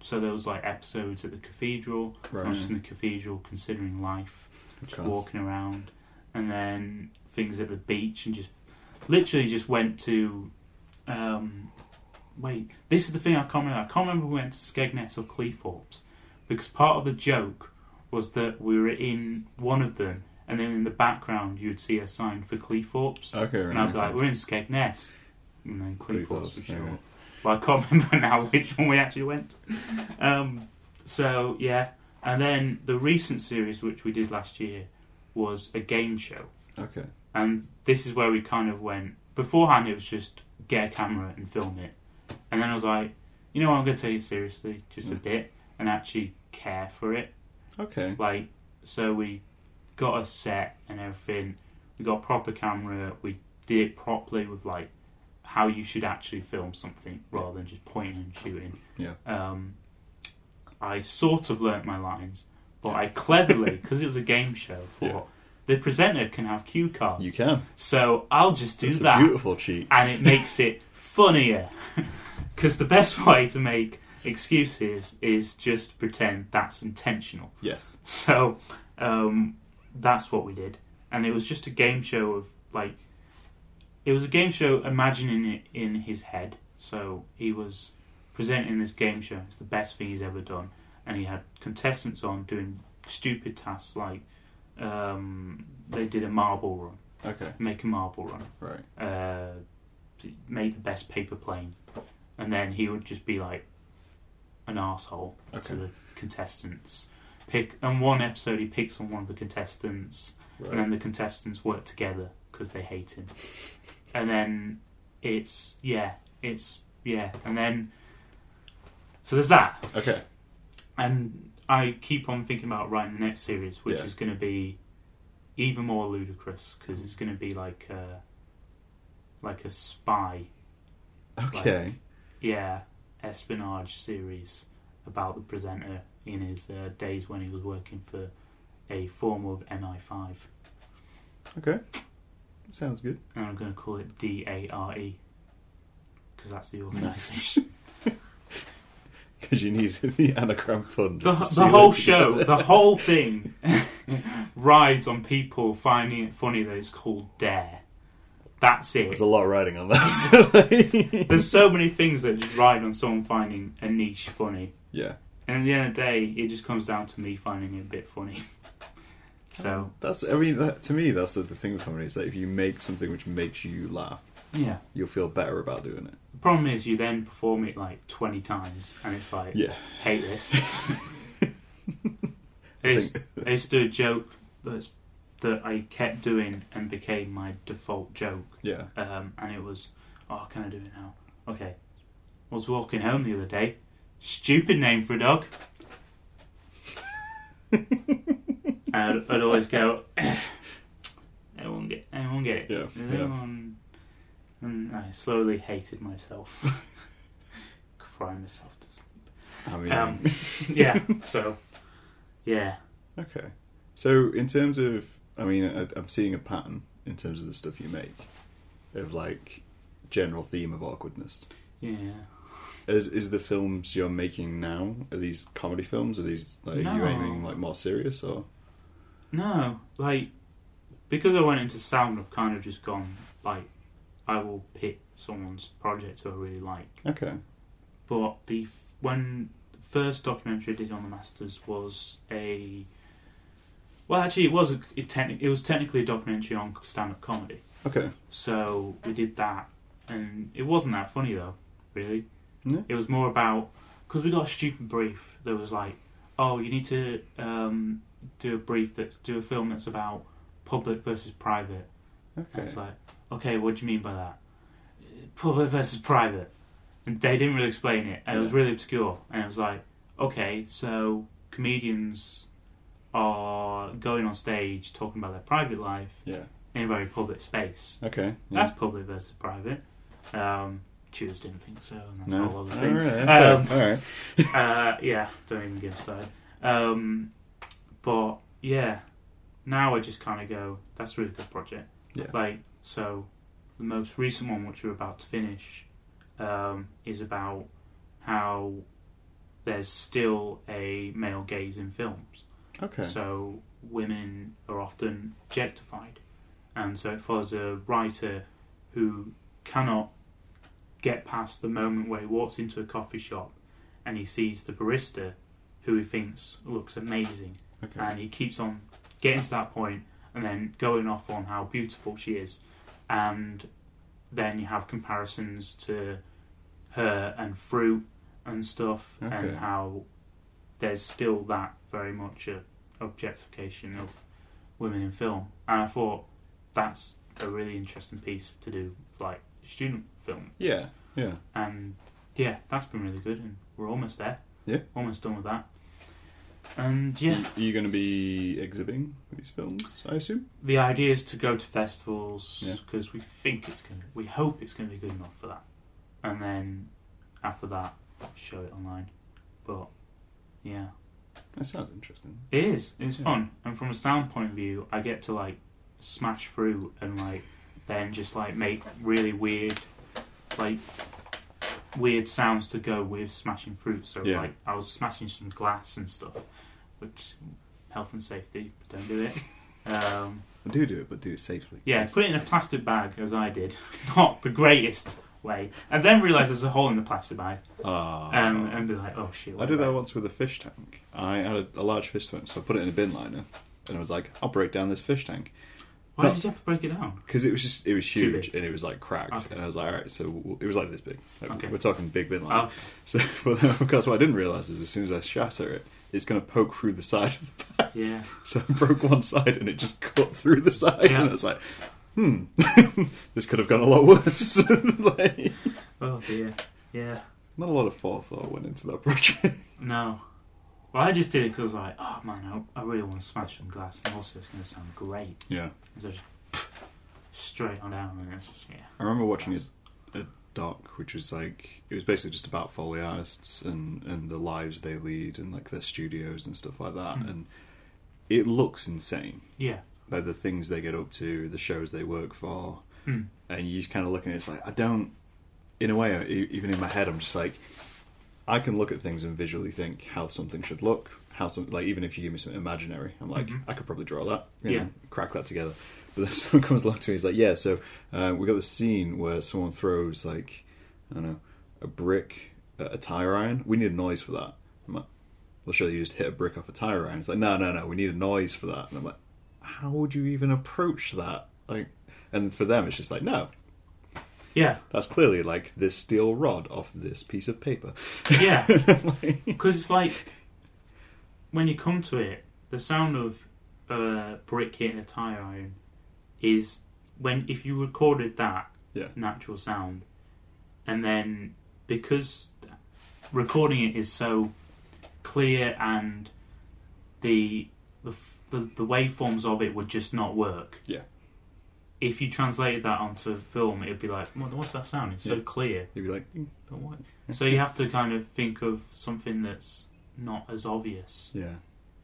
Speaker 1: so there was like episodes at the cathedral, I was just
Speaker 2: Right.
Speaker 1: in the cathedral considering life
Speaker 2: Of
Speaker 1: just
Speaker 2: course.
Speaker 1: walking around, and then things at the beach, and just literally just went to. Um, wait, this is the thing I can't remember. I can't remember if we went to Skegness or Cleethorpes because part of the joke was that we were in one of them, and then in the background you'd see a sign for Cleethorpes,
Speaker 2: Okay. Oh, Right.
Speaker 1: and I'd be like,
Speaker 2: okay.
Speaker 1: "We're in Skegness," and then Cleethorpes
Speaker 2: Cleethorpes,
Speaker 1: for
Speaker 2: yeah.
Speaker 1: sure. But I can't remember now which one we actually went. to. Um, so yeah, and then the recent series which we did last year was a game show,
Speaker 2: Okay.
Speaker 1: and this is where we kind of went. Beforehand, it was just get a camera and film it, and then I was like, you know, what, I'm going to take it seriously just a
Speaker 2: Yeah.
Speaker 1: bit and actually care for it.
Speaker 2: Okay.
Speaker 1: Like, so we got a set and everything. We got a proper camera. We did it properly with like how you should actually film something rather than just pointing and shooting.
Speaker 2: Yeah.
Speaker 1: Um, I sort of learnt my lines, but I cleverly, because it was a game show, thought
Speaker 2: Yeah.
Speaker 1: the presenter can have cue cards.
Speaker 2: You can.
Speaker 1: So I'll just do
Speaker 2: It's
Speaker 1: that
Speaker 2: a beautiful cheat.
Speaker 1: and it makes it funnier. Because the best way to make excuses is just pretend that's intentional.
Speaker 2: Yes.
Speaker 1: So um, that's what we did, and it was just a game show of like it was a game show imagining it in his head. So he was presenting this game show. It's the best thing he's ever done, and he had contestants on doing stupid tasks like um, they did a marble run,
Speaker 2: Okay.
Speaker 1: make a marble run
Speaker 2: Right.
Speaker 1: uh, made the best paper plane, and then he would just be like an asshole
Speaker 2: Okay.
Speaker 1: to the contestants. Pick and one episode he picks on one of the contestants, and
Speaker 2: Right.
Speaker 1: then the contestants work together because they hate him. And then it's yeah, it's yeah, and then so there's that
Speaker 2: Okay.
Speaker 1: and I keep on thinking about writing the next series, which
Speaker 2: Yeah.
Speaker 1: is going to be even more ludicrous because it's going to be like a, like a spy,
Speaker 2: Okay.
Speaker 1: yeah, espionage series about the presenter in his uh, days when he was working for a form of MI5,
Speaker 2: Okay. Sounds good.
Speaker 1: and I'm going to call it DARE because E, that's the organisation.
Speaker 2: Nice. Because you need the anagram fund.
Speaker 1: the, the whole show, the whole thing rides on people finding it funny that it's called Dare. That's it.
Speaker 2: There's a lot of writing on that.
Speaker 1: There's so many things that just ride on someone finding a niche funny.
Speaker 2: yeah.
Speaker 1: And at the end of the day, it just comes down to me finding it a bit funny. So,
Speaker 2: That's. I mean, that, to me, that's the thing with comedy. Is that if you make something which makes you laugh,
Speaker 1: yeah.
Speaker 2: you'll feel better about doing it.
Speaker 1: The problem is, you then perform it like 20 times, and it's like,
Speaker 2: Yeah.
Speaker 1: hate this. I used, I used to do a joke that's, that I kept doing and became my default joke.
Speaker 2: Yeah.
Speaker 1: um, and it was, oh, can I do it now? Okay, was walking home the other day. Stupid name for a dog. and I'd always go, I won't get, I won't get it.
Speaker 2: Yeah,
Speaker 1: I
Speaker 2: yeah.
Speaker 1: won't." And I slowly hated myself, crying myself to sleep.
Speaker 2: I mean,
Speaker 1: Um, yeah, so yeah,
Speaker 2: okay. So in terms of, I mean, I, I'm seeing a pattern in terms of the stuff you make, of like general theme of awkwardness.
Speaker 1: yeah.
Speaker 2: Is is the films you're making now? Are these comedy films? Are these like are you
Speaker 1: No.
Speaker 2: aiming like more serious or?
Speaker 1: No, like because I went into sound, I've kind of just gone like I will pick someone's project who I really like.
Speaker 2: Okay.
Speaker 1: But the f- when the first documentary I did on the Masters was a well, actually, it was a, it, techni- it was technically a documentary on stand-up comedy.
Speaker 2: Okay.
Speaker 1: So we did that, and it wasn't that funny though, really.
Speaker 2: No?
Speaker 1: It was more about because we got a stupid brief that was like, oh, you need to um, do a brief that's do a film that's about public versus private. And
Speaker 2: Okay.
Speaker 1: it's like, okay, what do you mean by that? Public versus private. And they didn't really explain it. And It was
Speaker 2: Yeah.
Speaker 1: really obscure. And it was like, okay, so comedians are going on stage talking about their private life
Speaker 2: Yeah.
Speaker 1: in a very public space.
Speaker 2: Okay. Yeah.
Speaker 1: That's public versus private. Um, Cheers didn't think so, and that's a
Speaker 2: no.
Speaker 1: whole other
Speaker 2: All
Speaker 1: thing.
Speaker 2: right. okay,
Speaker 1: Um,
Speaker 2: all right.
Speaker 1: uh, yeah, don't even get started. Um, but yeah, now I just kind of go, that's a really good project.
Speaker 2: Yeah.
Speaker 1: Like, so the most recent one, which we're about to finish, um, is about how there's still a male gaze in films.
Speaker 2: Okay.
Speaker 1: So women are often objectified. And so it follows a writer who cannot get past the moment where he walks into a coffee shop and he sees the barista who he thinks looks amazing.
Speaker 2: okay.
Speaker 1: And he keeps on getting to that point and then going off on how beautiful she is. And then you have comparisons to her and fruit and stuff
Speaker 2: Okay.
Speaker 1: and how there's still that very much a objectification of women in film. And I thought that's a really interesting piece to do for, like student film.
Speaker 2: yeah. Yeah.
Speaker 1: And yeah, that's been really good and we're almost there.
Speaker 2: Yeah.
Speaker 1: Almost done with that. And yeah.
Speaker 2: Are you going to be exhibiting these films? I assume.
Speaker 1: the idea is to go to festivals
Speaker 2: Yeah.
Speaker 1: because we think it's going to, we hope it's going to be good enough for that. And then after that, show it online. But yeah,
Speaker 2: That sounds interesting.
Speaker 1: it is. It's
Speaker 2: Yeah.
Speaker 1: fun. And from a sound point of view, I get to like smash through and like then just like make really weird, like weird sounds to go with smashing fruit. So
Speaker 2: Yeah.
Speaker 1: like I was smashing some glass and stuff, which health and safety, don't do it. Um,
Speaker 2: I do do it, but do it safely.
Speaker 1: yeah, put it in a plastic bag as I did. Not the greatest way. And then realise there's a hole in the plastic bag
Speaker 2: Ah.
Speaker 1: and, and be like, oh shit. what
Speaker 2: I did that
Speaker 1: about-
Speaker 2: once with a fish tank. I had a, a large fish tank, so I put it in a bin liner, and I was like, "I'll break down this fish tank."
Speaker 1: Why did you have to break it down?
Speaker 2: because it was just it was
Speaker 1: Too
Speaker 2: huge
Speaker 1: big.
Speaker 2: and it was like cracked
Speaker 1: Okay.
Speaker 2: and I was like all right so w- it was like this big like,
Speaker 1: Okay.
Speaker 2: we're talking big bin line
Speaker 1: Oh,
Speaker 2: so but then, of course what I didn't realize is as soon as I shatter it it's going to poke through the side of the bag
Speaker 1: yeah.
Speaker 2: so I broke one side and it just cut through the side
Speaker 1: Yeah.
Speaker 2: and I was like hmm this could have gone a lot worse like,
Speaker 1: Oh dear. Yeah.
Speaker 2: not a lot of forethought went into that project
Speaker 1: No. Well, I just did it because I was like, oh man, I, I really want to smash some glass and also it's going to sound great.
Speaker 2: yeah
Speaker 1: And so just straight on down and it's just, yeah.
Speaker 2: I remember watching it
Speaker 1: That's-
Speaker 2: doc, which was like it was basically just about Foley artists and and the lives they lead and like their studios and stuff like that.
Speaker 1: Mm.
Speaker 2: And it looks insane,
Speaker 1: Yeah.
Speaker 2: like the things they get up to, the shows they work for,
Speaker 1: Mm.
Speaker 2: and you just kind of look at it, it's like I don't. In a way, e- even in my head, I'm just like I can look at things and visually think how something should look, how some like even if you give me something imaginary, I'm like
Speaker 1: Mhm.
Speaker 2: I could probably draw that, you
Speaker 1: Yeah.
Speaker 2: know, crack that together. But then someone comes along to me, he's like, yeah, so uh, we got this scene where someone throws like I don't know a brick at a tire iron. We need a noise for that. I'm like, well, surely you just hit a brick off a tire iron. It's like, no, no, no, we need a noise for that. And I'm like, how would you even approach that? Like, and for them, it's just like, no,
Speaker 1: Yeah.
Speaker 2: that's clearly like this steel rod off this piece of paper.
Speaker 1: Yeah.
Speaker 2: Like-
Speaker 1: Because it's like when you come to it, the sound of a brick hitting a tire iron is when if you recorded that
Speaker 2: Yeah.
Speaker 1: natural sound, and then because recording it is so clear and the the the, the waveforms of it would just not work.
Speaker 2: Yeah.
Speaker 1: If you translated that onto film, it'd be like, what, what's that sound? It's so
Speaker 2: Yeah.
Speaker 1: clear.
Speaker 2: You'd be like, "Mm,
Speaker 1: But what? So you have to kind of think of something that's not as obvious,
Speaker 2: yeah,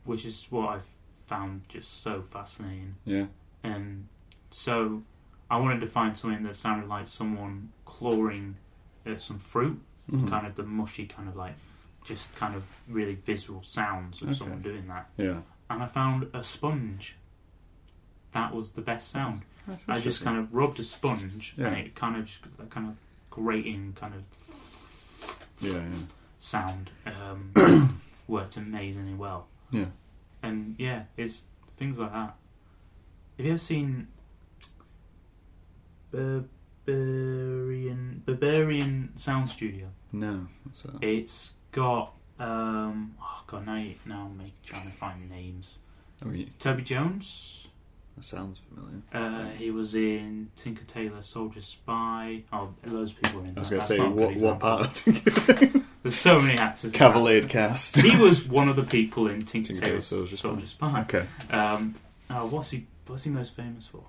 Speaker 1: which is what I've found just so fascinating.
Speaker 2: yeah,
Speaker 1: And so I wanted to find something that sounded like someone clawing at some fruit,
Speaker 2: Mhm.
Speaker 1: kind of the mushy, kind of like just kind of really visual sounds of
Speaker 2: Okay.
Speaker 1: someone doing that.
Speaker 2: yeah.
Speaker 1: And I found a sponge. That was the best sound. I just kind of rubbed a sponge
Speaker 2: Yeah.
Speaker 1: and it kind of just got that kind of grating kind of
Speaker 2: yeah, yeah,
Speaker 1: sound um, worked amazingly well.
Speaker 2: Yeah.
Speaker 1: And yeah, it's things like that. Have you ever seen Barbarian Barbarian Sound Studio?
Speaker 2: no, what's that?
Speaker 1: It's got um oh god now you, now I'm making, trying to find names.
Speaker 2: I mean,
Speaker 1: Toby Jones.
Speaker 2: that sounds familiar.
Speaker 1: Uh, he was in Tinker Tailor Soldier Spy. Oh, loads of people were in. That.
Speaker 2: I was going
Speaker 1: That's
Speaker 2: to say,
Speaker 1: not a good
Speaker 2: what what
Speaker 1: example.
Speaker 2: part?
Speaker 1: There's so many actors. in that.
Speaker 2: Cavalade cast.
Speaker 1: he was one of the people in Tinker,
Speaker 2: Tinker
Speaker 1: Tailor
Speaker 2: Tailor Soldier Spy.
Speaker 1: Soldier Spy.
Speaker 2: okay.
Speaker 1: Um, oh, what's he? What's he most famous for?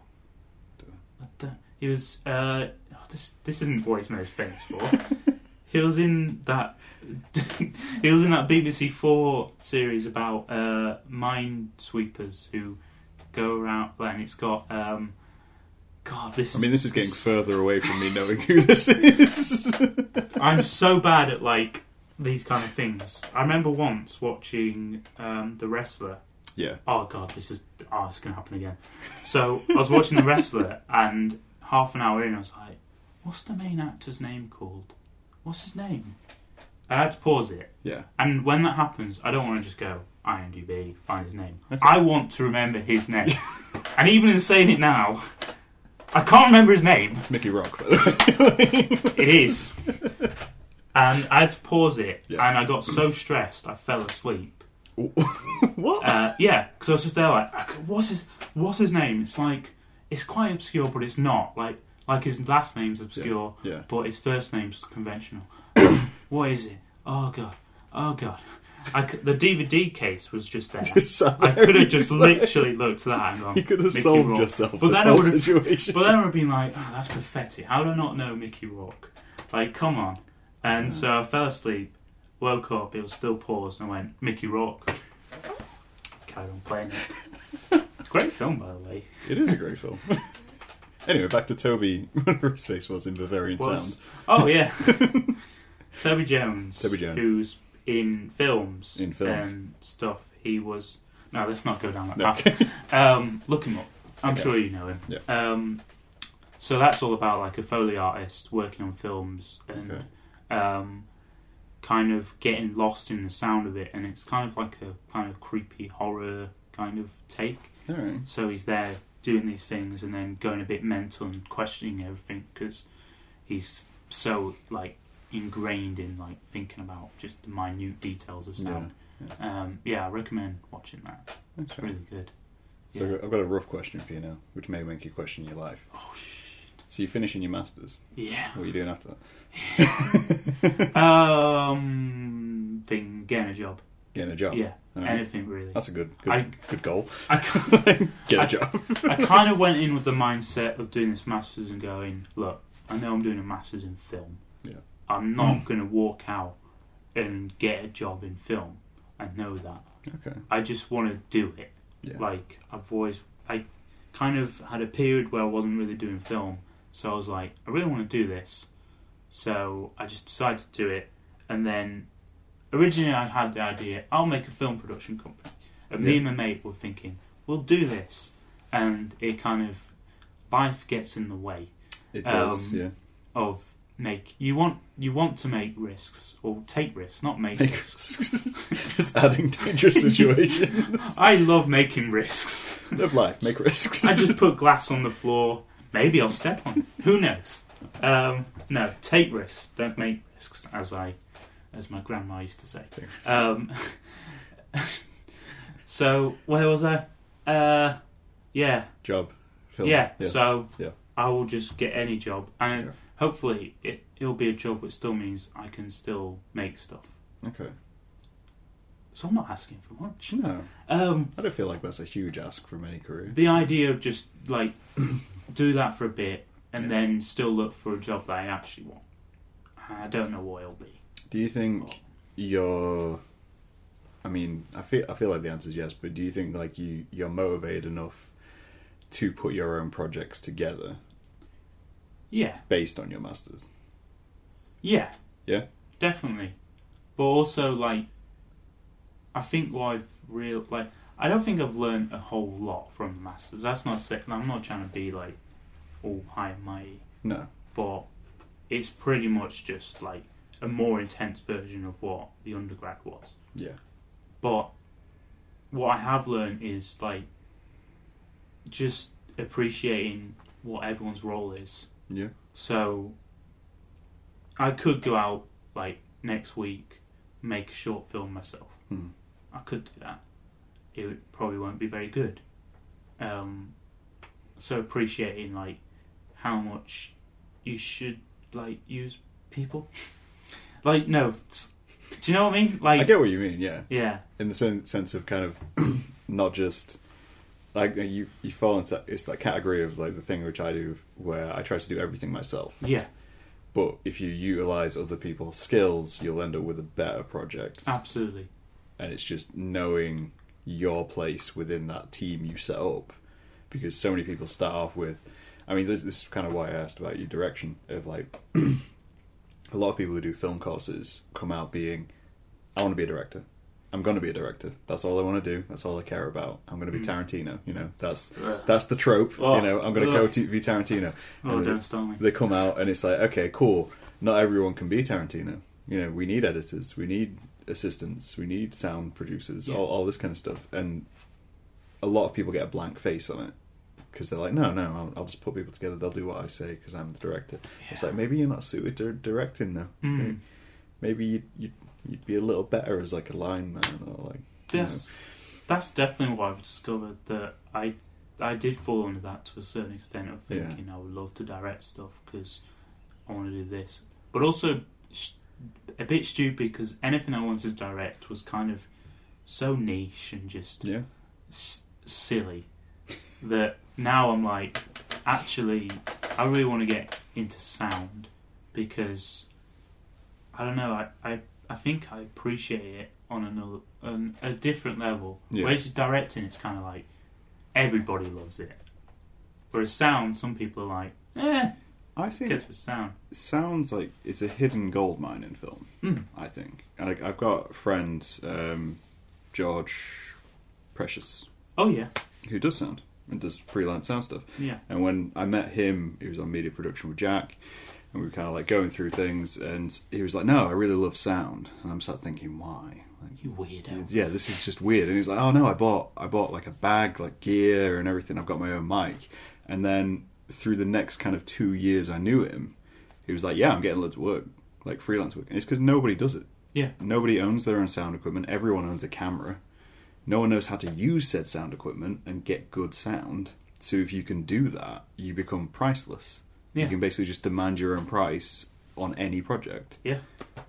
Speaker 2: Dunno.
Speaker 1: I don't. He was. Uh, oh, this this isn't what he's most famous for. he was in that. he was in that BBC Four series about uh, mine sweepers who go around, and it's got. Um, God, this.
Speaker 2: I mean, this is getting
Speaker 1: this-
Speaker 2: further away from me knowing who this is.
Speaker 1: I'm so bad at like these kind of things. I remember once watching um, the wrestler.
Speaker 2: yeah.
Speaker 1: Oh god, this is oh, it's gonna happen again. So I was watching the wrestler, and half an hour in, I was like, "What's the main actor's name called? What's his name?" I had to pause it,
Speaker 2: Yeah.
Speaker 1: and when that happens, I don't want to just go IMDb find his name.
Speaker 2: Okay.
Speaker 1: I want to remember his name, and even in saying it now, I can't remember his name.
Speaker 2: It's Mickey Rock, by the way.
Speaker 1: It is. and I had to pause it,
Speaker 2: Yeah.
Speaker 1: and I got so stressed I fell asleep.
Speaker 2: what?
Speaker 1: Uh, yeah, because I was just there like, I c- what's his what's his name? It's like it's quite obscure, but it's not like like his last name's obscure,
Speaker 2: yeah.
Speaker 1: but his first name's conventional. what is it? Oh god, oh god. I c- the DVD case was just there.
Speaker 2: Just sat
Speaker 1: I
Speaker 2: there
Speaker 1: could have
Speaker 2: and
Speaker 1: just
Speaker 2: he's like-
Speaker 1: literally looked at that and gone.
Speaker 2: You could have
Speaker 1: "Mickey
Speaker 2: solved
Speaker 1: Rourke."
Speaker 2: yourself
Speaker 1: But
Speaker 2: this
Speaker 1: then I
Speaker 2: whole
Speaker 1: would've-
Speaker 2: situation.
Speaker 1: But then I've been like, oh, that's pathetic. How do I not know Mickey Rourke? Like, come on. And so I fell asleep, woke up, it was still paused, and I went, Mickey Rourke. Carried on playing it. It's a great film, by the way.
Speaker 2: It is a great film. anyway, back to Toby. Whatever his face was in Bavarian
Speaker 1: Was-
Speaker 2: Sound.
Speaker 1: Oh, yeah. Toby Jones.
Speaker 2: Toby Jones.
Speaker 1: Who's in films.
Speaker 2: In films.
Speaker 1: And stuff. He was. No, let's not go down that
Speaker 2: No.
Speaker 1: path. Um, look him up. I'm
Speaker 2: Okay.
Speaker 1: sure you know him.
Speaker 2: Yeah.
Speaker 1: Um, so that's all about like a Foley artist working on films and
Speaker 2: Okay.
Speaker 1: um, kind of getting lost in the sound of it, and it's kind of like a kind of creepy horror kind of take.
Speaker 2: All right.
Speaker 1: So he's there doing these things and then going a bit mental and questioning everything because he's so like ingrained in like thinking about just the minute details of
Speaker 2: Yeah.
Speaker 1: sound. Um, yeah I recommend watching that. It's really good.
Speaker 2: So
Speaker 1: Yeah.
Speaker 2: I've got- I've got a rough question for you now, which may make you question your life.
Speaker 1: Oh shit.
Speaker 2: So you're finishing your masters.
Speaker 1: Yeah.
Speaker 2: What are you doing after that?
Speaker 1: Um, thing getting a job.
Speaker 2: Getting a job.
Speaker 1: Yeah,
Speaker 2: All right.
Speaker 1: anything really.
Speaker 2: That's a good good,
Speaker 1: I-
Speaker 2: good goal.
Speaker 1: I, ki-
Speaker 2: Get a
Speaker 1: I-
Speaker 2: job.
Speaker 1: I kind of went in with the mindset of doing this masters and going, look, I know I'm doing a masters in film.
Speaker 2: Yeah.
Speaker 1: I'm not going to walk out and get a job in film. I know that.
Speaker 2: Okay.
Speaker 1: I just want to do it.
Speaker 2: Yeah.
Speaker 1: Like I've always, I kind of had a period where I wasn't really doing film, so I was like, I really want to do this, so I just decided to do it. And then originally, I had the idea I'll make a film production company, and me
Speaker 2: Yeah.
Speaker 1: and my mate were thinking we'll do this, and it kind of life gets in the way
Speaker 2: It does.
Speaker 1: um,
Speaker 2: yeah.
Speaker 1: of make you want you want to make risks or take risks, not make
Speaker 2: Make
Speaker 1: risks.
Speaker 2: Just adding dangerous situations.
Speaker 1: I love making risks.
Speaker 2: Live life. Make risks.
Speaker 1: I just put glass on the floor. Maybe I'll step on. it. Who knows? Um, no, take risks. Don't make risks, as I, as my grandma used to say.
Speaker 2: Take risks.
Speaker 1: Um, so where was I? Uh, yeah,
Speaker 2: job. Film.
Speaker 1: yeah.
Speaker 2: Yes.
Speaker 1: So
Speaker 2: Yeah.
Speaker 1: I will just get any job, and
Speaker 2: Yeah.
Speaker 1: hopefully, it, it'll be a job, which still means I can still make stuff.
Speaker 2: Okay.
Speaker 1: So I'm not asking for much.
Speaker 2: No,
Speaker 1: Um,
Speaker 2: I don't feel like that's a huge ask from any career.
Speaker 1: the idea of just like do that for a bit and
Speaker 2: Yeah.
Speaker 1: then still look for a job that I actually want. I don't know what it'll be.
Speaker 2: Do you think you're? I mean, I feel I feel like the answer is yes, but do you think like you you're motivated enough to put your own projects together
Speaker 1: Yeah,
Speaker 2: based on your masters?
Speaker 1: yeah,
Speaker 2: Yeah.
Speaker 1: definitely. But also, like, I think what I've real like, I don't think I've learned a whole lot from the masters. That's not sick. I'm not trying to be like all high and mighty,
Speaker 2: No.
Speaker 1: but it's pretty much just like a more intense version of what the undergrad was.
Speaker 2: Yeah.
Speaker 1: But what I have learned is like just appreciating what everyone's role is.
Speaker 2: Yeah.
Speaker 1: So I could go out like next week, make a short film myself.
Speaker 2: Hmm.
Speaker 1: I could do that. It would- probably won't be very good. Um, so appreciating like how much you should like use people. Like no, s- do you know what I mean? Like
Speaker 2: I get what you mean. Yeah.
Speaker 1: yeah,
Speaker 2: in the sen- sense of kind of not just like you you fall into it's that category of like the thing which I do where I try to do everything myself.
Speaker 1: yeah,
Speaker 2: But if you utilize other people's skills, you'll end up with a better project.
Speaker 1: absolutely.
Speaker 2: And it's just knowing your place within that team you set up, because so many people start off with. I mean, this, this is kind of why I asked about your direction of like. a lot of people who do film courses come out being, I want to be a director. I'm going to be a director. That's all I want to do. That's all I care about. I'm going to be Tarantino. You know, that's that's the trope.
Speaker 1: Hmm. Oh,
Speaker 2: you know, I'm going to go
Speaker 1: ugh.
Speaker 2: to be Tarantino.
Speaker 1: Oh,
Speaker 2: And
Speaker 1: don't start me.
Speaker 2: they come out and it's like, okay, cool. Not everyone can be Tarantino. You know, we need editors, we need assistants, we need sound producers, all,
Speaker 1: Yeah.
Speaker 2: all this kind of stuff. And a lot of people get a blank face on it because they're like, no, no, I'll, I'll just put people together. They'll do what I say because I'm the director. It's
Speaker 1: Yeah.
Speaker 2: like maybe you're not suited to directing though.
Speaker 1: Mm.
Speaker 2: Maybe, maybe you'd, you'd you'd be a little better as like a line man or like you know.
Speaker 1: That's that's definitely what I've discovered that I I did fall under that to a certain extent of
Speaker 2: Yeah.
Speaker 1: thinking I would love to direct stuff because I want to do this, but also sh- a bit stupid because anything I wanted to direct was kind of so niche and just
Speaker 2: yeah,
Speaker 1: s- silly that now I'm like actually I really want to get into sound because I don't know I I, I think I appreciate it on another on a different level.
Speaker 2: Yeah.
Speaker 1: Whereas directing it's kind of like everybody loves it. Whereas sound, some people are like, eh,
Speaker 2: I think
Speaker 1: gets with sound.
Speaker 2: sounds like it's a hidden gold mine in film.
Speaker 1: Mm.
Speaker 2: I think. Like I've got a friend, um, George Precious,
Speaker 1: Oh yeah,
Speaker 2: who does sound and does freelance sound stuff.
Speaker 1: yeah,
Speaker 2: And when I met him, he was on media production with Jack, and we were kind of like going through things. And he was like, "No, I really love sound," and I'm sort of thinking, "Why?" Like,
Speaker 1: you weirdo.
Speaker 2: yeah, this is just weird. And he's like, oh no, I bought I bought like a bag, like gear and everything. I've got my own mic. And then through the next kind of two years, I knew him. He was like, yeah, I'm getting loads of work, like freelance work. And it's because nobody does it.
Speaker 1: Yeah.
Speaker 2: Nobody owns their own sound equipment. Everyone owns a camera. No one knows how to use said sound equipment and get good sound. So if you can do that, you become priceless.
Speaker 1: Yeah.
Speaker 2: You can basically just demand your own price on any project.
Speaker 1: Yeah,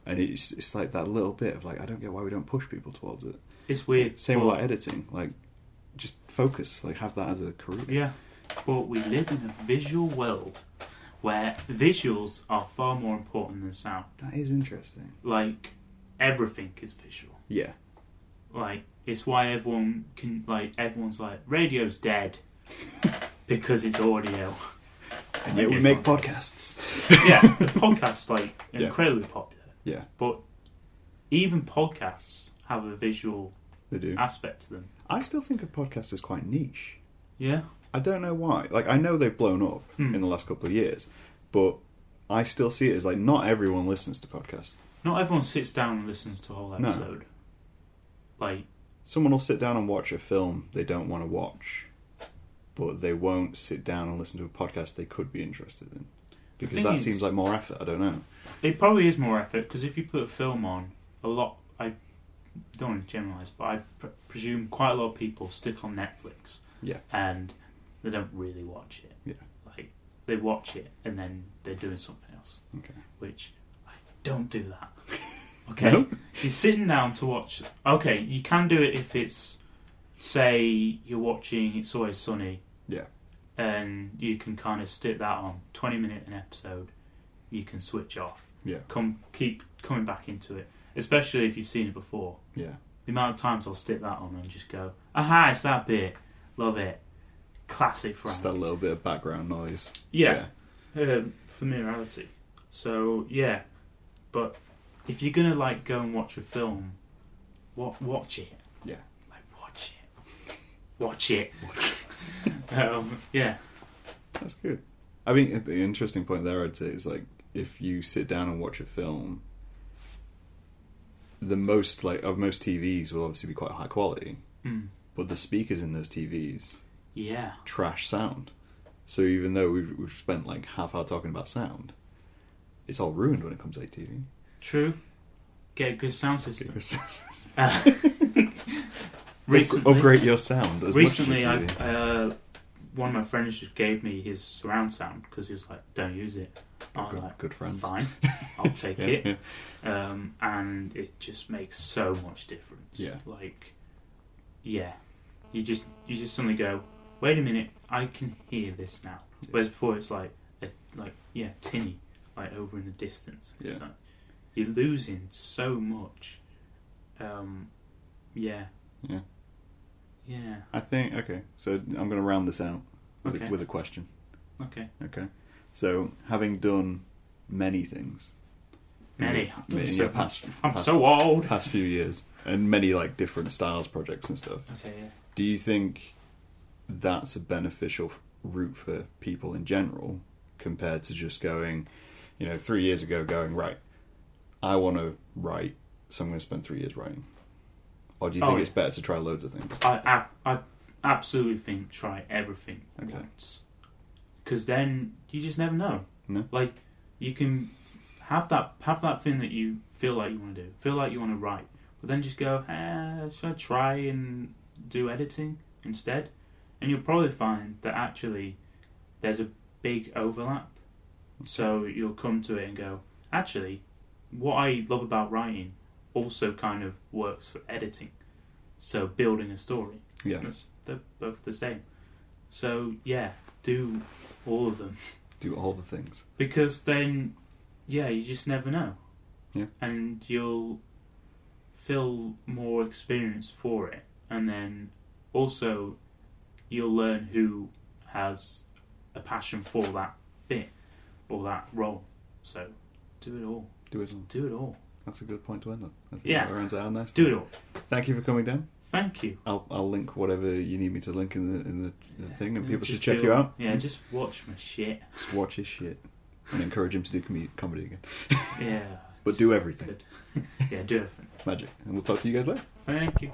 Speaker 2: And it's it's like that little bit of like I don't get why we don't push people towards it.
Speaker 1: it's weird.
Speaker 2: Same
Speaker 1: but-
Speaker 2: with like editing. Like, just focus. Like, have that as a career.
Speaker 1: Yeah, but we live in a visual world where visuals are far more important than sound.
Speaker 2: That is interesting.
Speaker 1: Like everything is visual.
Speaker 2: Yeah.
Speaker 1: Like it's why everyone can like everyone's like radio's dead because it's audio.
Speaker 2: And yet we
Speaker 1: It's
Speaker 2: make
Speaker 1: not-
Speaker 2: podcasts.
Speaker 1: yeah, the podcast's like
Speaker 2: Yeah.
Speaker 1: incredibly popular.
Speaker 2: Yeah.
Speaker 1: but even podcasts have a visual
Speaker 2: They do.
Speaker 1: aspect to them.
Speaker 2: I still think of podcasts as quite niche.
Speaker 1: Yeah,
Speaker 2: I don't know why. Like, I know they've blown up
Speaker 1: Hmm.
Speaker 2: in the last couple of years, but I still see it as like not everyone listens to podcasts.
Speaker 1: not everyone sits down and listens to a whole
Speaker 2: No.
Speaker 1: episode. Like
Speaker 2: Someone will sit down and watch a film they don't want to watch, but they won't sit down and listen to a podcast they could be interested in. Because
Speaker 1: thing
Speaker 2: that
Speaker 1: is-
Speaker 2: seems like more effort. I don't know.
Speaker 1: It probably is more effort because if you put a film on, a lot. I don't want to generalize, but I pr- presume quite a lot of people stick on Netflix.
Speaker 2: Yeah.
Speaker 1: And they don't really watch it.
Speaker 2: Yeah.
Speaker 1: Like they watch it and then they're doing something else. else,
Speaker 2: Okay.
Speaker 1: which I don't do that. Okay, you're sitting down to watch. Okay, you can do it if it's, say, you're watching It's Always Sunny.
Speaker 2: Yeah.
Speaker 1: And you can kind of stick that on twenty minute an episode. You can switch off.
Speaker 2: Yeah.
Speaker 1: Come keep coming back into it, especially if you've seen it before.
Speaker 2: Yeah.
Speaker 1: The amount of times I'll stick that on and just go, aha, it's that bit. Love it. Classic Frank.
Speaker 2: Just that little bit of background noise.
Speaker 1: yeah. Um, familiarity. So, yeah. But if you're going to, like, go and watch a film, wa- watch it.
Speaker 2: Yeah.
Speaker 1: Like, watch it. Watch it. um, yeah.
Speaker 2: That's good. I mean, the interesting point there, I'd say, is like if you sit down and watch a film, the most like of most TVs will obviously be quite high quality,
Speaker 1: Mm.
Speaker 2: but the speakers in those TVs
Speaker 1: Yeah.
Speaker 2: trash sound. So even though we've we've spent like half hour talking about sound, it's all ruined when it comes to TV.
Speaker 1: True. Get a good sound system. Uh,
Speaker 2: Recently, upgrade your sound. As
Speaker 1: recently
Speaker 2: much
Speaker 1: I,
Speaker 2: as your TV.
Speaker 1: uh, one of my friends just gave me his surround sound because he was like don't use it i was
Speaker 2: good,
Speaker 1: like
Speaker 2: good friends.
Speaker 1: fine i'll take
Speaker 2: Yeah,
Speaker 1: it
Speaker 2: yeah.
Speaker 1: Um, and it just makes so much difference
Speaker 2: Yeah.
Speaker 1: like yeah you just you just suddenly go wait a minute i can hear this now
Speaker 2: Yeah.
Speaker 1: whereas before it's like a, like yeah tinny like over in the distance it's
Speaker 2: Yeah.
Speaker 1: like you're losing so much um yeah
Speaker 2: Yeah.
Speaker 1: yeah
Speaker 2: I think okay. So I'm going to round this out with,
Speaker 1: Okay.
Speaker 2: a, with a question.
Speaker 1: okay
Speaker 2: Okay. So, having done many things, in
Speaker 1: Many.
Speaker 2: your-
Speaker 1: I've
Speaker 2: in
Speaker 1: done
Speaker 2: your
Speaker 1: so
Speaker 2: past,
Speaker 1: I'm
Speaker 2: past,
Speaker 1: so old.
Speaker 2: past few years, and many like different styles, projects, and stuff.
Speaker 1: Okay, yeah.
Speaker 2: Do you think that's a beneficial f- route for people in general, compared to just going, you know, three years ago, going right, I want to write, so I'm going to spend three years writing, or do you
Speaker 1: Oh,
Speaker 2: think
Speaker 1: yeah.
Speaker 2: it's better to try loads of things?
Speaker 1: I, I, I absolutely think try everything
Speaker 2: Okay.
Speaker 1: once. Because then you just never know.
Speaker 2: No.
Speaker 1: Like, you can have that have that thing that you feel like you want to do, feel like you want to write, but then just go, eh, should I try and do editing instead? And you'll probably find that actually there's a big overlap. So you'll come to it and go, actually, what I love about writing also kind of works for editing. So building a story.
Speaker 2: Yeah.
Speaker 1: That's, they're both the same. So yeah, do all of them
Speaker 2: Do all the things.
Speaker 1: because then, yeah, you just never know.
Speaker 2: Yeah.
Speaker 1: And you'll feel more experience for it, and then also you'll learn who has a passion for that bit or that role. So do it all.
Speaker 2: Do it all.
Speaker 1: Do it all.
Speaker 2: That's a good point to end on. I think
Speaker 1: Yeah.
Speaker 2: that rounds it out nice.
Speaker 1: Do it all.
Speaker 2: Thank you for coming down.
Speaker 1: Thank you.
Speaker 2: I'll I'll link whatever you need me to link in the in the, the thing, and people
Speaker 1: Just
Speaker 2: should check
Speaker 1: do-
Speaker 2: you out.
Speaker 1: Yeah, just watch my shit.
Speaker 2: Just watch his shit and encourage him to do com- comedy again.
Speaker 1: Yeah.
Speaker 2: But do everything,
Speaker 1: Good. yeah, do everything.
Speaker 2: magic, and we'll talk to you guys later.
Speaker 1: Thank you.